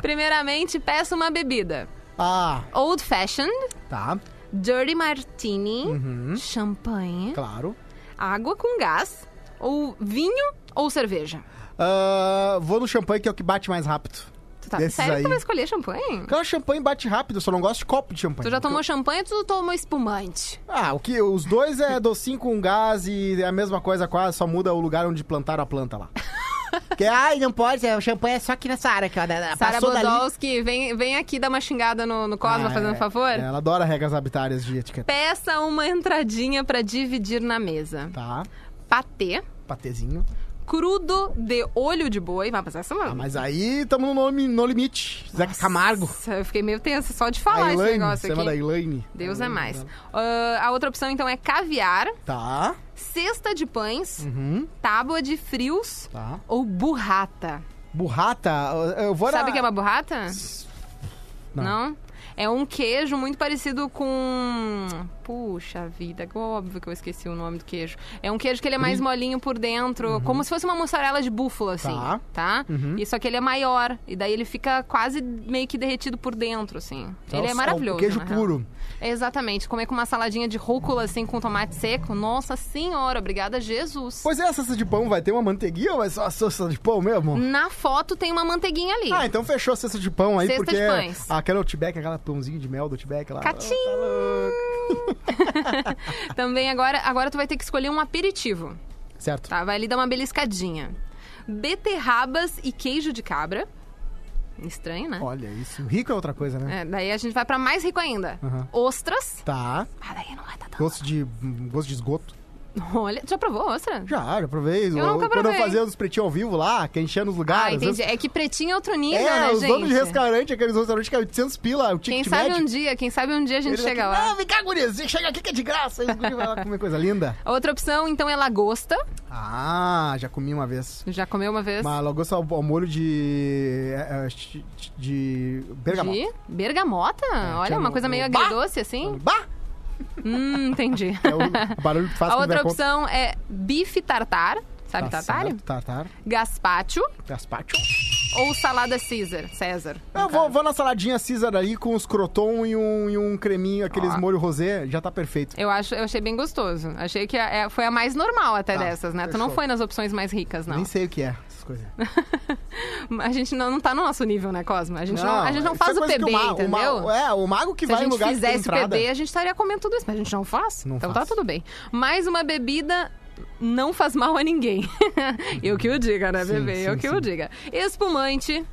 Primeiramente, peça uma bebida.
Ah,
Old Fashioned,
tá.
Dirty Martini,
Uhum.
champanhe,
Claro.
água com gás, ou vinho ou cerveja.
Ah, vou no champanhe, que é o que bate mais rápido.
Tu tá
Desses
sério que
aí.
tu vai escolher champanhe?
Claro, champanhe bate rápido, eu só não gosto de copo de champanhe.
Tu já tomou champanhe ou tu tomou espumante?
Ah, o que, os dois é docinho com gás e é a mesma coisa quase, só muda o lugar onde plantaram a planta lá.
Porque, ai, não pode, o champanhe é só aqui nessa área aqui, ó.
Ah,
da- da-
Sara
Passou dali.
Bodolski, vem, vem aqui dar uma xingada no, no Cosma,
Ah,
fazendo um
é,
favor.
é, Ela adora regras arbitrárias de etiqueta.
Peça uma entradinha pra dividir na mesa.
Tá,
Patê,
patezinho.
crudo de olho de boi. Mas essa
Ah,
mano.
mas aí estamos no nome, no limite. Zeca Camargo.
Eu fiquei meio tensa só de
A
falar é esse
Elaine,
negócio
chama da
aqui.
Elaine.
Deus é
Elaine,
mais.
tá.
Ah, a outra opção, então, é caviar,
Tá,
cesta de pães,
uhum,
tábua de frios
tá.
ou burrata.
Burrata, eu- eu vou na-
Sabe o que é uma burrata?
Não.
É um queijo muito parecido com. Puxa vida, óbvio que eu esqueci o nome do queijo. É um queijo que ele é mais molinho por dentro, como se fosse uma mussarela de búfalo, assim.
Uhum. Tá.
Tá? E só que ele é maior. E daí ele fica quase meio que derretido por dentro, assim.
Tá,
ele
o-
é
o
maravilhoso.
queijo
na real.
puro.
Exatamente. Comer com uma saladinha de rúcula, assim, com tomate seco. Nossa senhora, obrigada, Jesus.
Pois é, a cesta de pão vai ter uma manteiguinha ou vai só a cesta de pão mesmo?
Na foto tem uma manteiguinha ali.
Ah, então fechou a cesta de pão aí,
Cesta
porque ah,
de pães.
aquela Outback, aquela pãozinho de mel do Outback lá.
Catim!
Ah, tá louco.
Também agora, agora tu vai ter que escolher um aperitivo.
certo.
Tá, vai ali dar uma beliscadinha. Beterrabas e queijo de cabra. Estranho, né?
Olha isso. Rico é outra coisa, né?
É, daí a gente vai pra mais rico ainda.
Aham.
Ostras.
Tá.
Ah, daí não vai tá dando.
Gosto de, hum, gosto de esgoto.
Olha, tu já provou ostra?
Já, já provei. Eu
nunca
Quando eu
provei.
fazia os pretinhos ao vivo lá, que enchia nos
Ah,
lugares. às
entendi.
vezes-
É que pretinho é outro nível,
É,
né,
os
gente?
donos de restaurante, aqueles restaurantes que é 800 pila, o
Quem
ticket
sabe
médio.
um dia, quem sabe um dia a gente
Eles
chega
aqui,
lá.
Não, vem cá, gurizinho, chega aqui que é de graça. Aí os guris vai lá comer coisa linda.
Outra opção, então, é lagosta.
Ah, já comi uma vez.
Já comeu uma vez?
Mas logo só ao ao molho de. é, é, de- de. bergamota. É,
De bergamota? Olha,
tinha
uma
no-
coisa
no
meio
bar.
agridoce, assim.
Bah!
hum, entendi.
(laughs) É o o barulho que faz
A
quando
outra
vai contra-
opção é bife tartar. Sabe
Tá
tartare?
certo, Tartar.
Gaspacho.
Gaspacho.
ou salada Caesar, César.
Eu vou, vou na saladinha Caesar ali com os croton e um, e um creminho, aqueles molho rosé, já tá perfeito.
Ah. Eu acho, eu achei bem gostoso. Achei que a- é- foi a mais normal até
Tá,
dessas, né? Tu não
fechou.
foi nas opções mais ricas, não.
Nem sei o que é essas coisas.
a gente não, não tá no nosso nível, né, Cosma? A gente não, a gente não
isso é
faz o
coisa que
PB,
ma-
entendeu?
ma- é, o mago que
Se a
vai em
gente
lugar que tem
fizesse o
entrada.
PB, a gente estaria comendo tudo isso, mas a gente não faz.
Não
então
faz.
tá tudo bem. Mais uma bebida não faz mal a ninguém. (laughs) Eu que o diga, né,
Sim,
bebê? Eu
sim,
que
sim.
o diga. Espumante,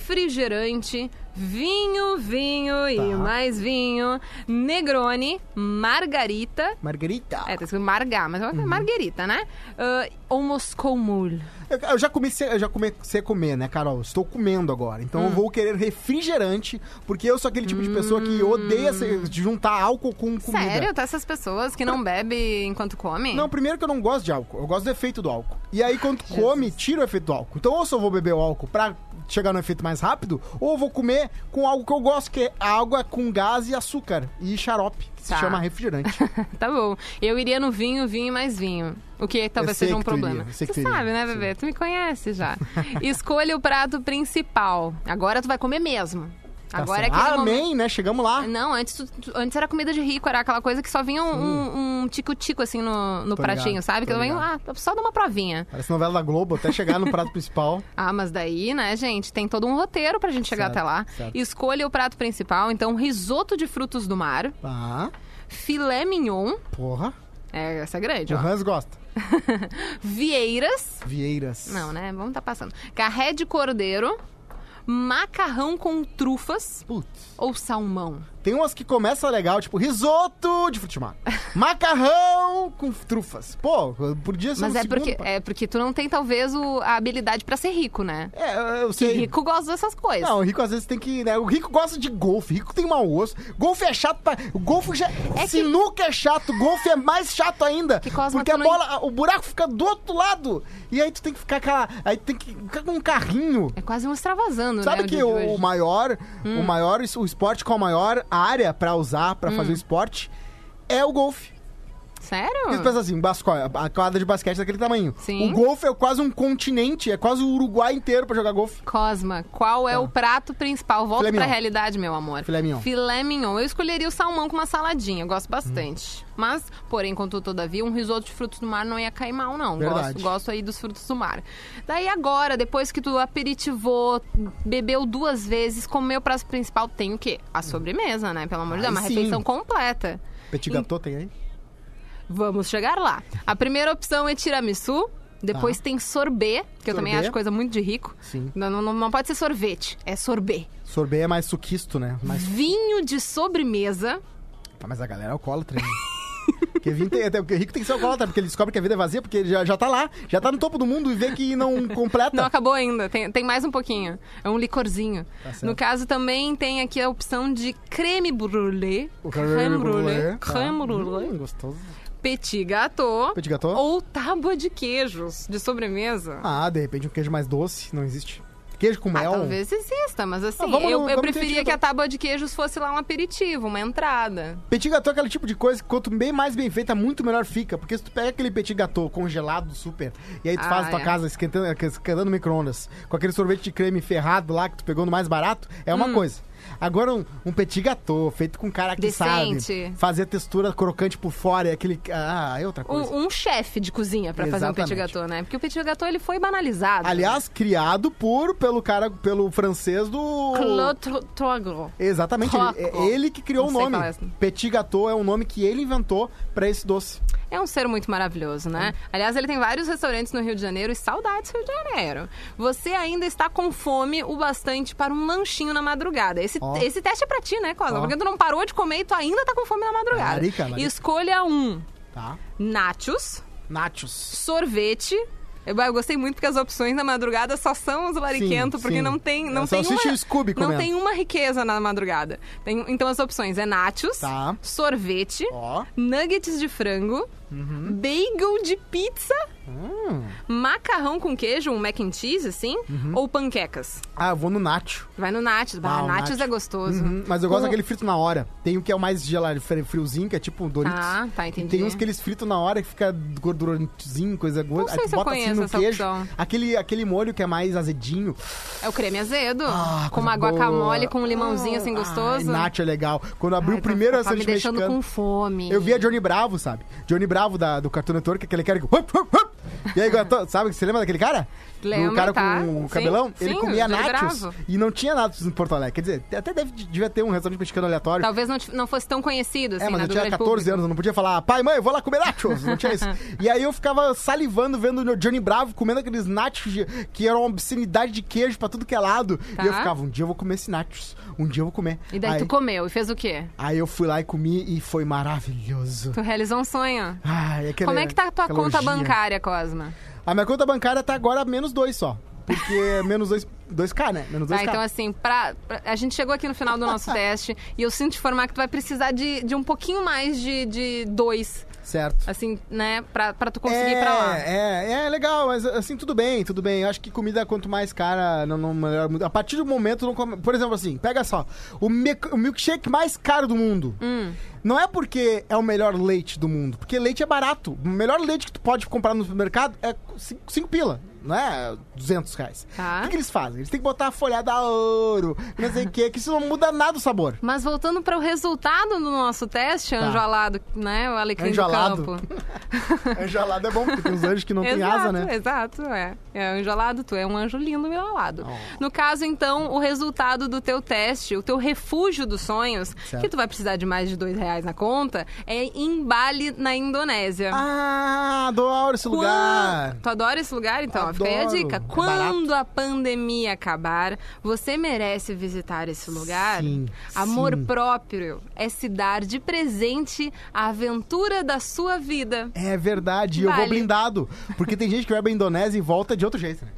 refrigerante, vinho, vinho e
Tá.
mais vinho, negrone, margarita.
Margarita.
É, tá escrito margar, mas é
Uhum.
margarita, né? Ah, ou Moscou Mule.
Eu, eu já comecei, eu já comecei a comer, né, Carol? Estou comendo agora. Então
Hum.
eu vou querer refrigerante, porque eu sou aquele tipo de pessoa que odeia se- de juntar álcool com comida.
Hum. Sério? Tá essas pessoas que não bebem enquanto comem?
Não, primeiro que eu não gosto de álcool. Eu gosto do efeito do álcool. E aí, quando tu come, tira o efeito do álcool. Então, ou se eu vou beber o álcool pra chegar no efeito mais rápido, ou eu vou comer com algo que eu gosto, que é água com gás e açúcar e xarope, que
Tá.
se chama refrigerante.
Tá bom. Eu iria no vinho, vinho e mais vinho. O que talvez
sei
seja um
que tu iria,
problema.
eu sei que
Você
tu iria,
sabe, né, bebê? Tu me conhece
(laughs)
já. Escolha o prato principal. Agora tu vai comer mesmo.
Tá
(laughs) Agora é
certo.
aquele
ah,
momento-
Amém, né? Chegamos lá.
Não, antes, tu- tu- antes era comida de rico, era aquela coisa que só vinha um- um um tico-tico assim no, no
Tô
pratinho,
ligado,
sabe? Que
tô
vem, ah,
ligado.
só dá uma provinha.
Parece novela da Globo, até chegar no prato (laughs) principal.
Ah, mas daí, né, gente, tem todo um roteiro pra gente chegar
Certo,
até lá.
certo.
Escolha o prato principal, então, risoto de frutos do mar,
Ah,
filé mignon,
porra.
é, essa é grande,
O
ó.
Hans gosta.
Vieiras,
Vieiras.
Não, né? Vamos tá passando. Carré de cordeiro, macarrão com trufas
Putz.
ou salmão.
Tem umas que começam legal, tipo risoto de
(laughs)
frutimar. Macarrão com trufas. Pô, podia ser
Mas
um
é
segundo
porque,
pa-
é porque tu não tem, talvez, o- a habilidade pra ser rico, né?
É, eu sei.
Rico gosta dessas coisas.
Não, o rico às vezes tem que. Né? O rico gosta de golfe. Rico tem mau osso. Golfe é chato pra. O golfe já.
que-
Sinuca é chato. Golfe é mais chato ainda.
Que Cosma,
porque
tu
a
não
bola. O buraco fica do outro lado. E aí tu tem que ficar com a- Aí tu tem que ficar com um carrinho.
É quase um extravasando, né?
Sabe que
dia de
o,
hoje. Hum.
maior. O maior. O esporte com a maior área pra usar, pra fazer o esporte, é o golfe.
Sério?
E tu pensa assim, basco- a quadra de basquete é daquele tamanho.
Ah. Sim.
O golfe é quase um continente, é quase o Uruguai inteiro pra jogar golfe.
Cosma, qual é o prato principal? Volta
Tá. Filé
pra
mignon.
realidade, meu amor.
Filé mignon.
Filé mignon. Eu escolheria o salmão com uma saladinha, eu gosto bastante. Mas, porém, contudo, todavia, um risoto de frutos do mar não ia cair mal, não. Gosto,
Verdade.
gosto aí dos frutos do mar. Daí agora, depois que tu aperitivou, bebeu duas vezes, comeu o prato principal, tem o quê? A sobremesa, né? Pelo amor de
Aí
Deus, uma
sim.
refeição completa.
Petit gâteau tem aí?
Vamos chegar lá. A primeira opção é tiramisu. Depois tem sorbet, que eu também
Sorbet.
acho coisa muito de rico.
Tá. Sim.
Não, não, não pode ser sorvete, é sorbet.
Sorbet é mais suquisto, né? Mais...
Vinho de sobremesa.
Tá, mas a galera é alcoólatra, (laughs) né? Porque vinho tem, até, o rico tem que ser alcoólatra, porque ele descobre que a vida é vazia, porque ele já, já tá lá, já tá no topo do mundo e vê
(laughs)
que não completa.
Não acabou ainda, tem, tem mais um pouquinho. É um licorzinho.
Tá certo.
no caso, também tem aqui a opção de creme brulee.
O
Creme brulee.
tá.
Creme brulee.
Hum, gostoso.
Petit gâteau.
Petit gâteau.
Ou tábua de queijos de sobremesa.
Ah, de repente um queijo mais doce, não existe. Queijo com
Ah,
mel.
talvez exista, mas assim,
é um- Ah, vamos um-
eu,
no-
eu
vamos
preferia
no
que a tábua de queijos fosse lá um aperitivo, uma entrada.
Petit gâteau é aquele tipo de coisa que quanto bem mais bem feita, muito melhor fica. Porque se tu pega aquele petit gâteau congelado super, e aí tu
Ah,
faz a tua
é.
casa esquentando, esquentando no micro-ondas, com aquele sorvete de creme ferrado lá que tu pegou no mais barato, é
Hum.
uma coisa. Agora um, um petit gâteau feito com um cara que
Decente.
sabe fazer a textura crocante por fora, e aquele... Ah, é outra coisa.
Um, um chefe de cozinha pra fazer um petit
Exatamente.
gâteau, né? Porque o petit gâteau ele foi banalizado.
Aliás, criado por, pelo cara, pelo francês do...
Claude Troglo.
Exatamente,
Troco.
ele, é ele que criou
Não
o
sei
nome.
qual é esse.
Petit gâteau é o nome que ele inventou pra esse doce.
É um ser muito maravilhoso, né?
É.
Aliás, ele tem vários restaurantes no Rio de Janeiro e saudades do Rio de Janeiro. Você ainda está com fome o bastante para um lanchinho na madrugada. Esse,
Ó.
esse teste é pra ti, né, Cosa?
Ó.
Porque tu não parou de comer e tu ainda tá com fome na madrugada.
Larica, larica.
Escolha um.
Tá?
Nachos,
Nachos.
sorvete... Eu, eu gostei muito porque as opções na madrugada só são os lariquentos,
Sim,
porque
sim.
não tem, não
Eu só
tem
assisti
uma,
o Scooby
não
comendo.
tem uma riqueza na madrugada. Tem- então as opções é nachos,
Tá.
sorvete,
Ó. Uhum.
nuggets de frango, bagel de pizza,
Hum.
macarrão com queijo, um mac and cheese, assim, ou panquecas.
(laughs) Ah, eu vou no nacho.
Vai no nachos. Bah,
Uhum. Ah, o
nachos
nacho.
é gostoso.
Uhum, mas eu gosto
Com-
daquele frito na hora. Tem o que é o mais gelado, fri- friozinho, que é tipo um Doritos.
Ah, tá,
E
entendi.
tem uns que eles fritam na hora que fica gordurantezinho, coisa gorda.
sei
Aí tu
se eu
bota
conheço
assim no
essa
queijo.
opção.
Aquele, aquele molho que é mais azedinho.
É o creme azedo,
Ah,
com uma
coisa boa.
guacamole, com um limãozinho, assim,
Ai,
gostoso.
nacho é legal. Quando abriu
Ai,
o primeiro
tá, tá me
restaurante
deixando
mexicano.
com fome.
Eu via Johnny Bravo, sabe? Johnny Bravo da, do Cartoon Network, aquele cara que... hup, hup, hup, E aí, Gotô, (laughs) sabe, você lembra daquele cara?
Lembro,
o cara
tá.
com
Sim,
o cabelão? ele
sim,
comia
o Johnny
nachos
Bravo.
e não tinha nachos em Porto Alegre. Quer dizer, até deve, devia ter um restaurante mexicano aleatório.
Talvez não, t- não fosse tão conhecido, assim,
É, mas
Tá, na
eu tinha
Dublê
14
Pública.
anos, eu não podia falar, pai, mãe, eu vou lá comer nachos.
(laughs)
Não tinha isso. e aí eu ficava salivando vendo o Johnny Bravo comendo aqueles nachos de- que eram uma obscenidade de queijo pra tudo que é lado.
Tá.
E eu ficava, um dia eu vou comer esse nachos, um dia eu vou comer.
E daí
aí,
tu comeu e fez o quê?
aí eu fui lá e comi e foi maravilhoso.
Tu realizou um sonho.
Ai, aquele-
Como é que tá a tua
aquela
conta
orgia.
bancária, Cosma?
A minha conta bancária tá agora menos 2 só. Porque é menos 2, 2K, né? Menos 2K.
Tá, então assim, pra, pra- a gente chegou aqui no final do
(laughs)
nosso teste e eu sinto te informar que tu vai precisar de, de um pouquinho mais de, de dois,
Certo.
assim, né? Pra, pra tu conseguir
é,
ir pra lá.
É, é legal, mas assim, tudo bem, tudo bem. Eu acho que comida, quanto mais cara, não, não melhora muito. A partir do momento, não come... por exemplo, assim, pega só, o, mi- o milkshake mais caro do mundo.
Hum.
Não é porque é o melhor leite do mundo, porque leite é barato. O melhor leite que tu pode comprar no supermercado é 5 pila, não é 200 reais.
Tá.
O que, que eles fazem? Eles têm que botar a folhada a ouro, não sei o que, que isso não muda nada o sabor.
Mas voltando para o resultado do nosso teste,
Tá.
anjolado, né? O alecrim
Anjolado. (laughs)
do campo.
Angelado é bom, porque tem uns anjos que não tem
exato,
asa, né?
Exato, é. É anjolado, tu é um anjo lindo miralado. No caso, então, o resultado do teu teste, o teu refúgio dos sonhos,
Certo.
que tu vai precisar de mais de dois reais na conta, é em Bali, na Indonésia.
Ah, adoro esse lugar.
Quan- Tu adora esse lugar? Então, ó, fica aí a
Adoro.
dica.
É
Quando a pandemia acabar, você merece visitar esse lugar?
Sim,
Amor
sim.
próprio é se dar de presente a aventura da sua vida.
É verdade, e eu vou
Vale.
blindado. Porque tem gente que vai pra Indonésia e volta de outro jeito, né?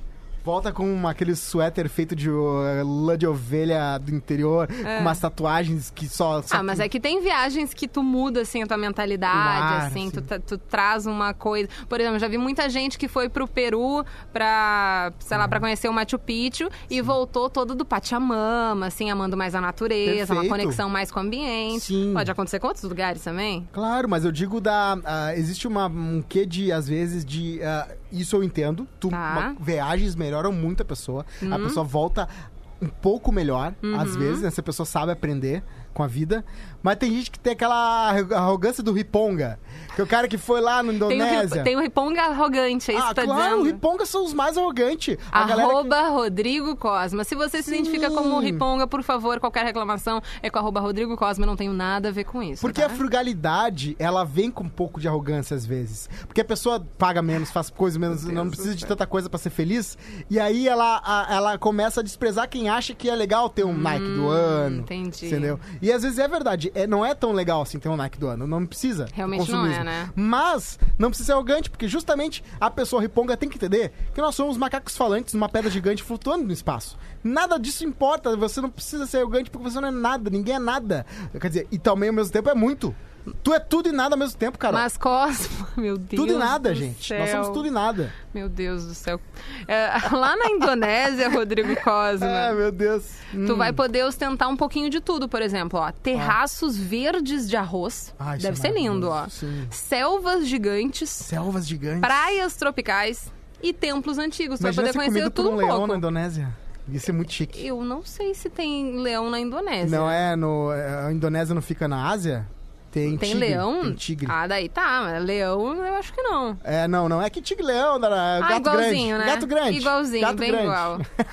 Volta com aquele suéter feito de uh, lã de ovelha do interior, com umas tatuagens que só. só
É. Ah, mas é que tem viagens que tu muda, assim, a tua mentalidade,
Claro,
assim, tu,
sim.
tra- tu traz uma coisa... Por exemplo, já vi muita gente que foi pro Peru pra, sei lá, pra
Uhum.
conhecer o Machu Picchu e voltou todo do Pachamama, assim, amando mais a natureza, uma
Perfeito.
conexão mais com o ambiente.
Sim.
Pode acontecer com outros lugares também.
Claro, mas eu digo da. ah, existe uma, um quê de, às vezes, de. ah, isso eu entendo. Tu,
Tá. Uhum.
uma- viagens melhoram muito a pessoa. A pessoa volta um pouco melhor, às vezes. né? Essa pessoa sabe aprender com a vida. Mas tem gente que tem aquela arro- arrogância do riponga. Que é o cara que foi lá na
Tem o,
Indonésia.
ri- tem o riponga arrogante, é isso
Ah,
que tá
claro, o
dizendo?
Riponga são os mais arrogantes. A galera que-
Arroba Rodrigo Cosma. Se você se
Sim.
identifica como um Riponga, por favor, qualquer reclamação é com arroba Rodrigo Cosma. eu Não tenho nada a ver com isso.
Porque é
tá?
a frugalidade, ela vem com um pouco de arrogância às vezes. Porque a pessoa paga menos, faz coisa menos, não precisa de tanta coisa pra ser feliz. E aí ela, a- ela começa a desprezar quem acha que é legal ter um Nike do ano.
Hum, entendi.
Entendeu? E às vezes é verdade. É, não é tão legal assim ter um Nike do ano. Não precisa.
Realmente não
consumismo.
é, né?
Mas não precisa ser arrogante, porque justamente a pessoa riponga tem que entender que nós somos macacos falantes numa pedra gigante flutuando no espaço. Nada disso importa, você não precisa ser arrogante porque você não é nada, ninguém é nada. Quer dizer, e também ao mesmo tempo é muito. Tu é tudo e nada ao mesmo tempo, cara.
Mas Cosma, (laughs) meu Deus.
Tá tudo e nada,
do
gente.
céu.
Nós somos tudo e nada.
Meu Deus do céu. É, (laughs) lá na Indonésia, Rodrigo
(laughs)
Cosma.
Ah, meu Deus.
Tu
Hum.
vai poder ostentar um pouquinho de tudo, por exemplo, ó. Terraços verdes de arroz.
Ah, isso
Deve
é
ser lindo, ó.
maravilhoso, sim.
Selvas gigantes,
Selvas gigantes.
praias tropicais e templos antigos. Tu
Imagina
vai poder
ser
conhecer
comido por
tudo
um
pouco.
leão na Indonésia. Ia ser muito chique.
Eu não sei se tem leão na Indonésia.
Não é no. A Indonésia não fica na Ásia? Tem,
Tem
um tigre,
leão?
Tem tigre.
Ah, daí tá, mas leão eu acho que não.
É, não, não. É que tigre leão, da,
Ah,
gato
igualzinho,
grande.
né?
Gato grande.
Igualzinho,
gato
bem
grande.
igual.
(laughs)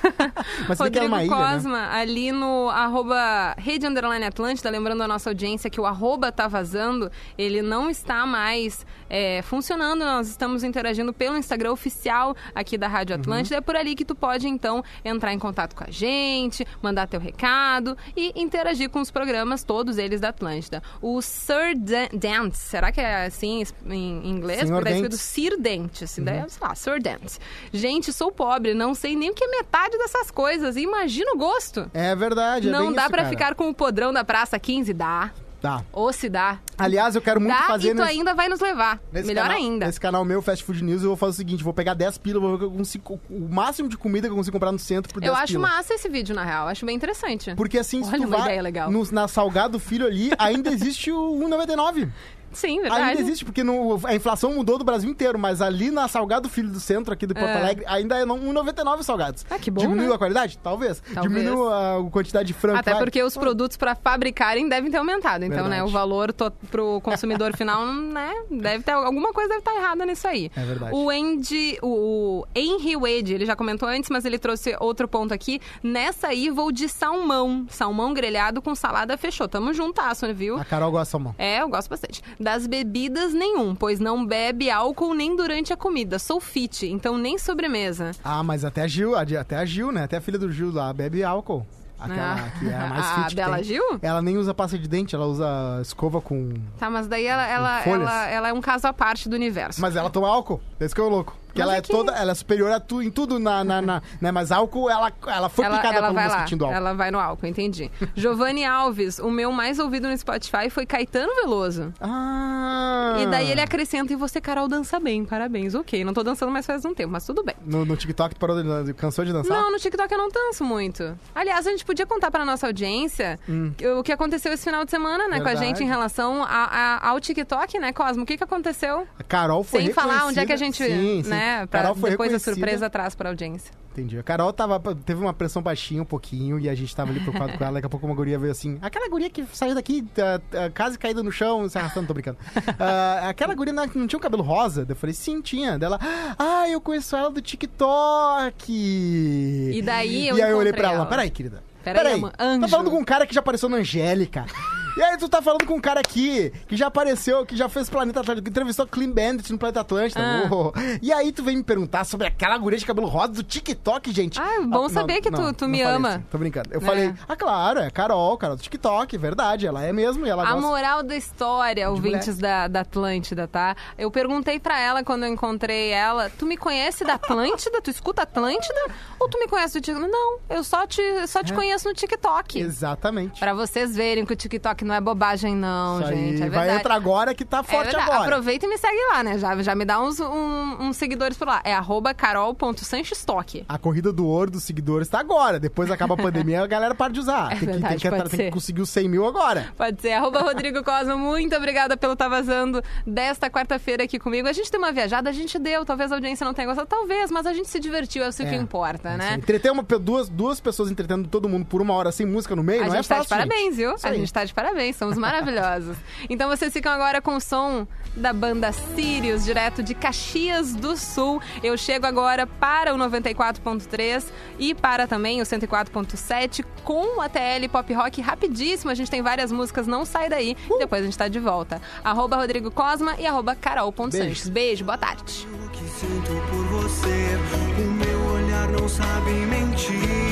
Mas se bem que
Rodrigo
era uma ilha, né?
Cosma, ali no arroba Rede Underline Atlântida, lembrando a nossa audiência que o arroba tá vazando, ele não está mais é, funcionando. Nós estamos interagindo pelo Instagram oficial aqui da Rádio
Uhum.
Atlântida. É por ali que tu pode, então, entrar em contato com a gente, mandar teu recado e interagir com os programas, todos eles da Atlântida. O Sir Dan- Dance, será que é assim em inglês?
Senhor
Porque tá escrito
Dentes.
Sir Dente, assim,
Uhum.
daí, sei lá, Sir Dente. Gente, sou pobre, não sei nem o que é metade dessas coisas. Imagina o gosto.
É verdade. é
não
bem
dá
isso,
pra
cara.
ficar com o podrão da Praça 15, dá.
Tá.
Ou se dá.
Aliás, eu quero muito
dá
fazer
e tu
nesse-
ainda vai nos levar.
Nesse
Melhor
canal-
ainda.
Nesse tipo canal meu, Fast Food News, eu vou fazer o seguinte: vou pegar 10 pila, vou ver o que eu consigo- o máximo de comida que eu consigo comprar no centro por 10
Eu acho
pila.
massa esse vídeo, na real. Acho bem interessante.
Porque assim, se
Olha
tu
uma
vai
ideia legal.
um no- na Salgado Filho ali, ainda existe o 1,99.
Sim, verdade.
Ainda existe, porque no- a inflação mudou do Brasil inteiro, mas ali na Salgado Filho do Centro, aqui de Porto
É.
Alegre, ainda é não- 1,99 salgados.
Ah, que bom,
Diminuiu
né?
a qualidade? Talvez.
Talvez.
Diminuiu a quantidade de frango.
Até
Então, claro.
porque os produtos para fabricarem devem ter aumentado. Então, né,
Verdade.
o valor to- pro
(laughs)
consumidor final, né, deve ter alguma coisa deve estar errada nisso aí.
É verdade.
O Andy, o o Henry Wade, ele já comentou antes, mas ele trouxe outro ponto aqui. Nessa aí vou de salmão, salmão grelhado com salada fechou. Tamo juntasso, viu?
A Carol gosta de salmão.
É, eu gosto bastante. Das bebidas, nenhum, pois não bebe álcool nem durante a comida. Sou fit, então nem sobremesa.
Ah, mas até a Gil, a- até a Gil, né? Até a filha do Gil lá bebe álcool. Aquela
Ah.
que é a mais
(laughs) A
fit que
Bela
tem.
Gil?
Ela nem usa pasta de dente, ela usa escova com...
Tá, mas daí ela, ela,
Folhas.
ela, ela é um caso à parte do universo.
Mas ela toma álcool, é isso que eu louco. Porque
Mas
ela é,
é que-
toda, ela é superior a tu, em tudo, na, na, na- né? mas álcool, ela, ela foi picada pelo
vai
mosquitinho do álcool.
Ela vai no álcool,
(laughs)
entendi. Giovanni Alves, o meu mais ouvido no Spotify foi Caetano Veloso.
Ah!
E daí ele acrescenta, e você, Carol, dança bem, parabéns. Ok, não tô dançando mais faz um tempo, mas tudo bem.
No, no TikTok tu parou de, cansou de dançar?
Não, no TikTok eu não danço muito. Aliás, a gente podia contar pra nossa audiência o que aconteceu esse final de semana, né, com a
Hum. Verdade.
gente em relação a- a- ao TikTok, né, Cosmo? O que, que aconteceu?
A Carol foi
Sem falar onde é que a gente,
reconhecida- Sim, sim.
né, pra
Carol foi
depois a
reconhecida-
surpresa traz pra audiência.
Entendi. A Carol tava, teve uma pressão baixinha um pouquinho e a gente tava ali preocupado com ela. Daqui a pouco uma guria veio assim. Aquela guria que saiu daqui, tá, tá, quase caída no chão, se arrastando,
(laughs)
tô brincando. Ah, aquela guria não, não tinha o cabelo rosa? Daí Eu falei, sim, tinha. Dela, ah, eu conheço ela do TikTok. E
daí eu
E aí eu olhei
encontrei
pra ela,
ela.
peraí, querida.
Peraí,
Peraí,
ama-
tá
anjo."
falando com um cara que já apareceu na Angélica. E aí tu tá falando com um cara aqui que já apareceu, que já fez Planeta Atlântico, que entrevistou Clean Bandit no Planeta Atlântico.
Ah.
E aí tu vem me perguntar sobre aquela guria de cabelo rosa do TikTok, gente.
Ah, bom saber que tu- tu me
falei
ama.
assim, tô brincando. Eu
É.
falei, ah, claro, é Carol, cara do TikTok, verdade, ela é mesmo e ela
A
gosta.
moral da história, ouvintes da, da Atlântida, tá? Eu perguntei pra ela quando eu encontrei ela: tu me conhece da Atlântida? tu escuta Atlântida? Ou tu me conhece do TikTok? Não, eu só te, só
É.
te conheço no TikTok.
Exatamente.
Pra vocês verem que o TikTok não é bobagem, não,
Isso aí
gente. É
vai
verdade.
entrar agora que tá
É
forte
verdade.
agora.
Aproveita e me segue lá, né? Já, já me dá uns, um- uns seguidores por lá. É arroba carol.sanchestock.
A corrida do ouro dos seguidores tá agora. Depois
(laughs)
acaba a pandemia, a galera para de usar.
É
tem, que, tem,
verdade,
que, entrar-
pode
tem que
ser.
conseguir os 100 mil agora.
Pode ser. Arroba Rodrigo Cosmo, muito obrigada pelo Tá Vazando desta quarta-feira aqui comigo. A gente deu uma viajada, a gente deu. Talvez a audiência não tenha gostado, talvez, mas a gente se divertiu, é isso que
É,
importa,
é isso aí.
né?
Entreter uma, duas, duas pessoas entretendo todo mundo por uma hora sem música no meio,
A
não
gente
é
tá
fácil.
de parabéns, viu?
Isso
A
aí.
gente tá de parabéns,
(laughs)
somos maravilhosos. então vocês ficam agora com o som da banda Sirius, direto de Caxias do Sul. Eu chego agora para o 94.3 e para também o 104.7 com a TL Pop Rock rapidíssimo. A gente tem várias músicas, não sai daí. E
Uh!
depois a gente tá de volta. Arroba Rodrigo Cosma e arroba Carol.Sanches. Beijo, boa tarde.
O que sinto por você, o meu olhar não sabe mentir.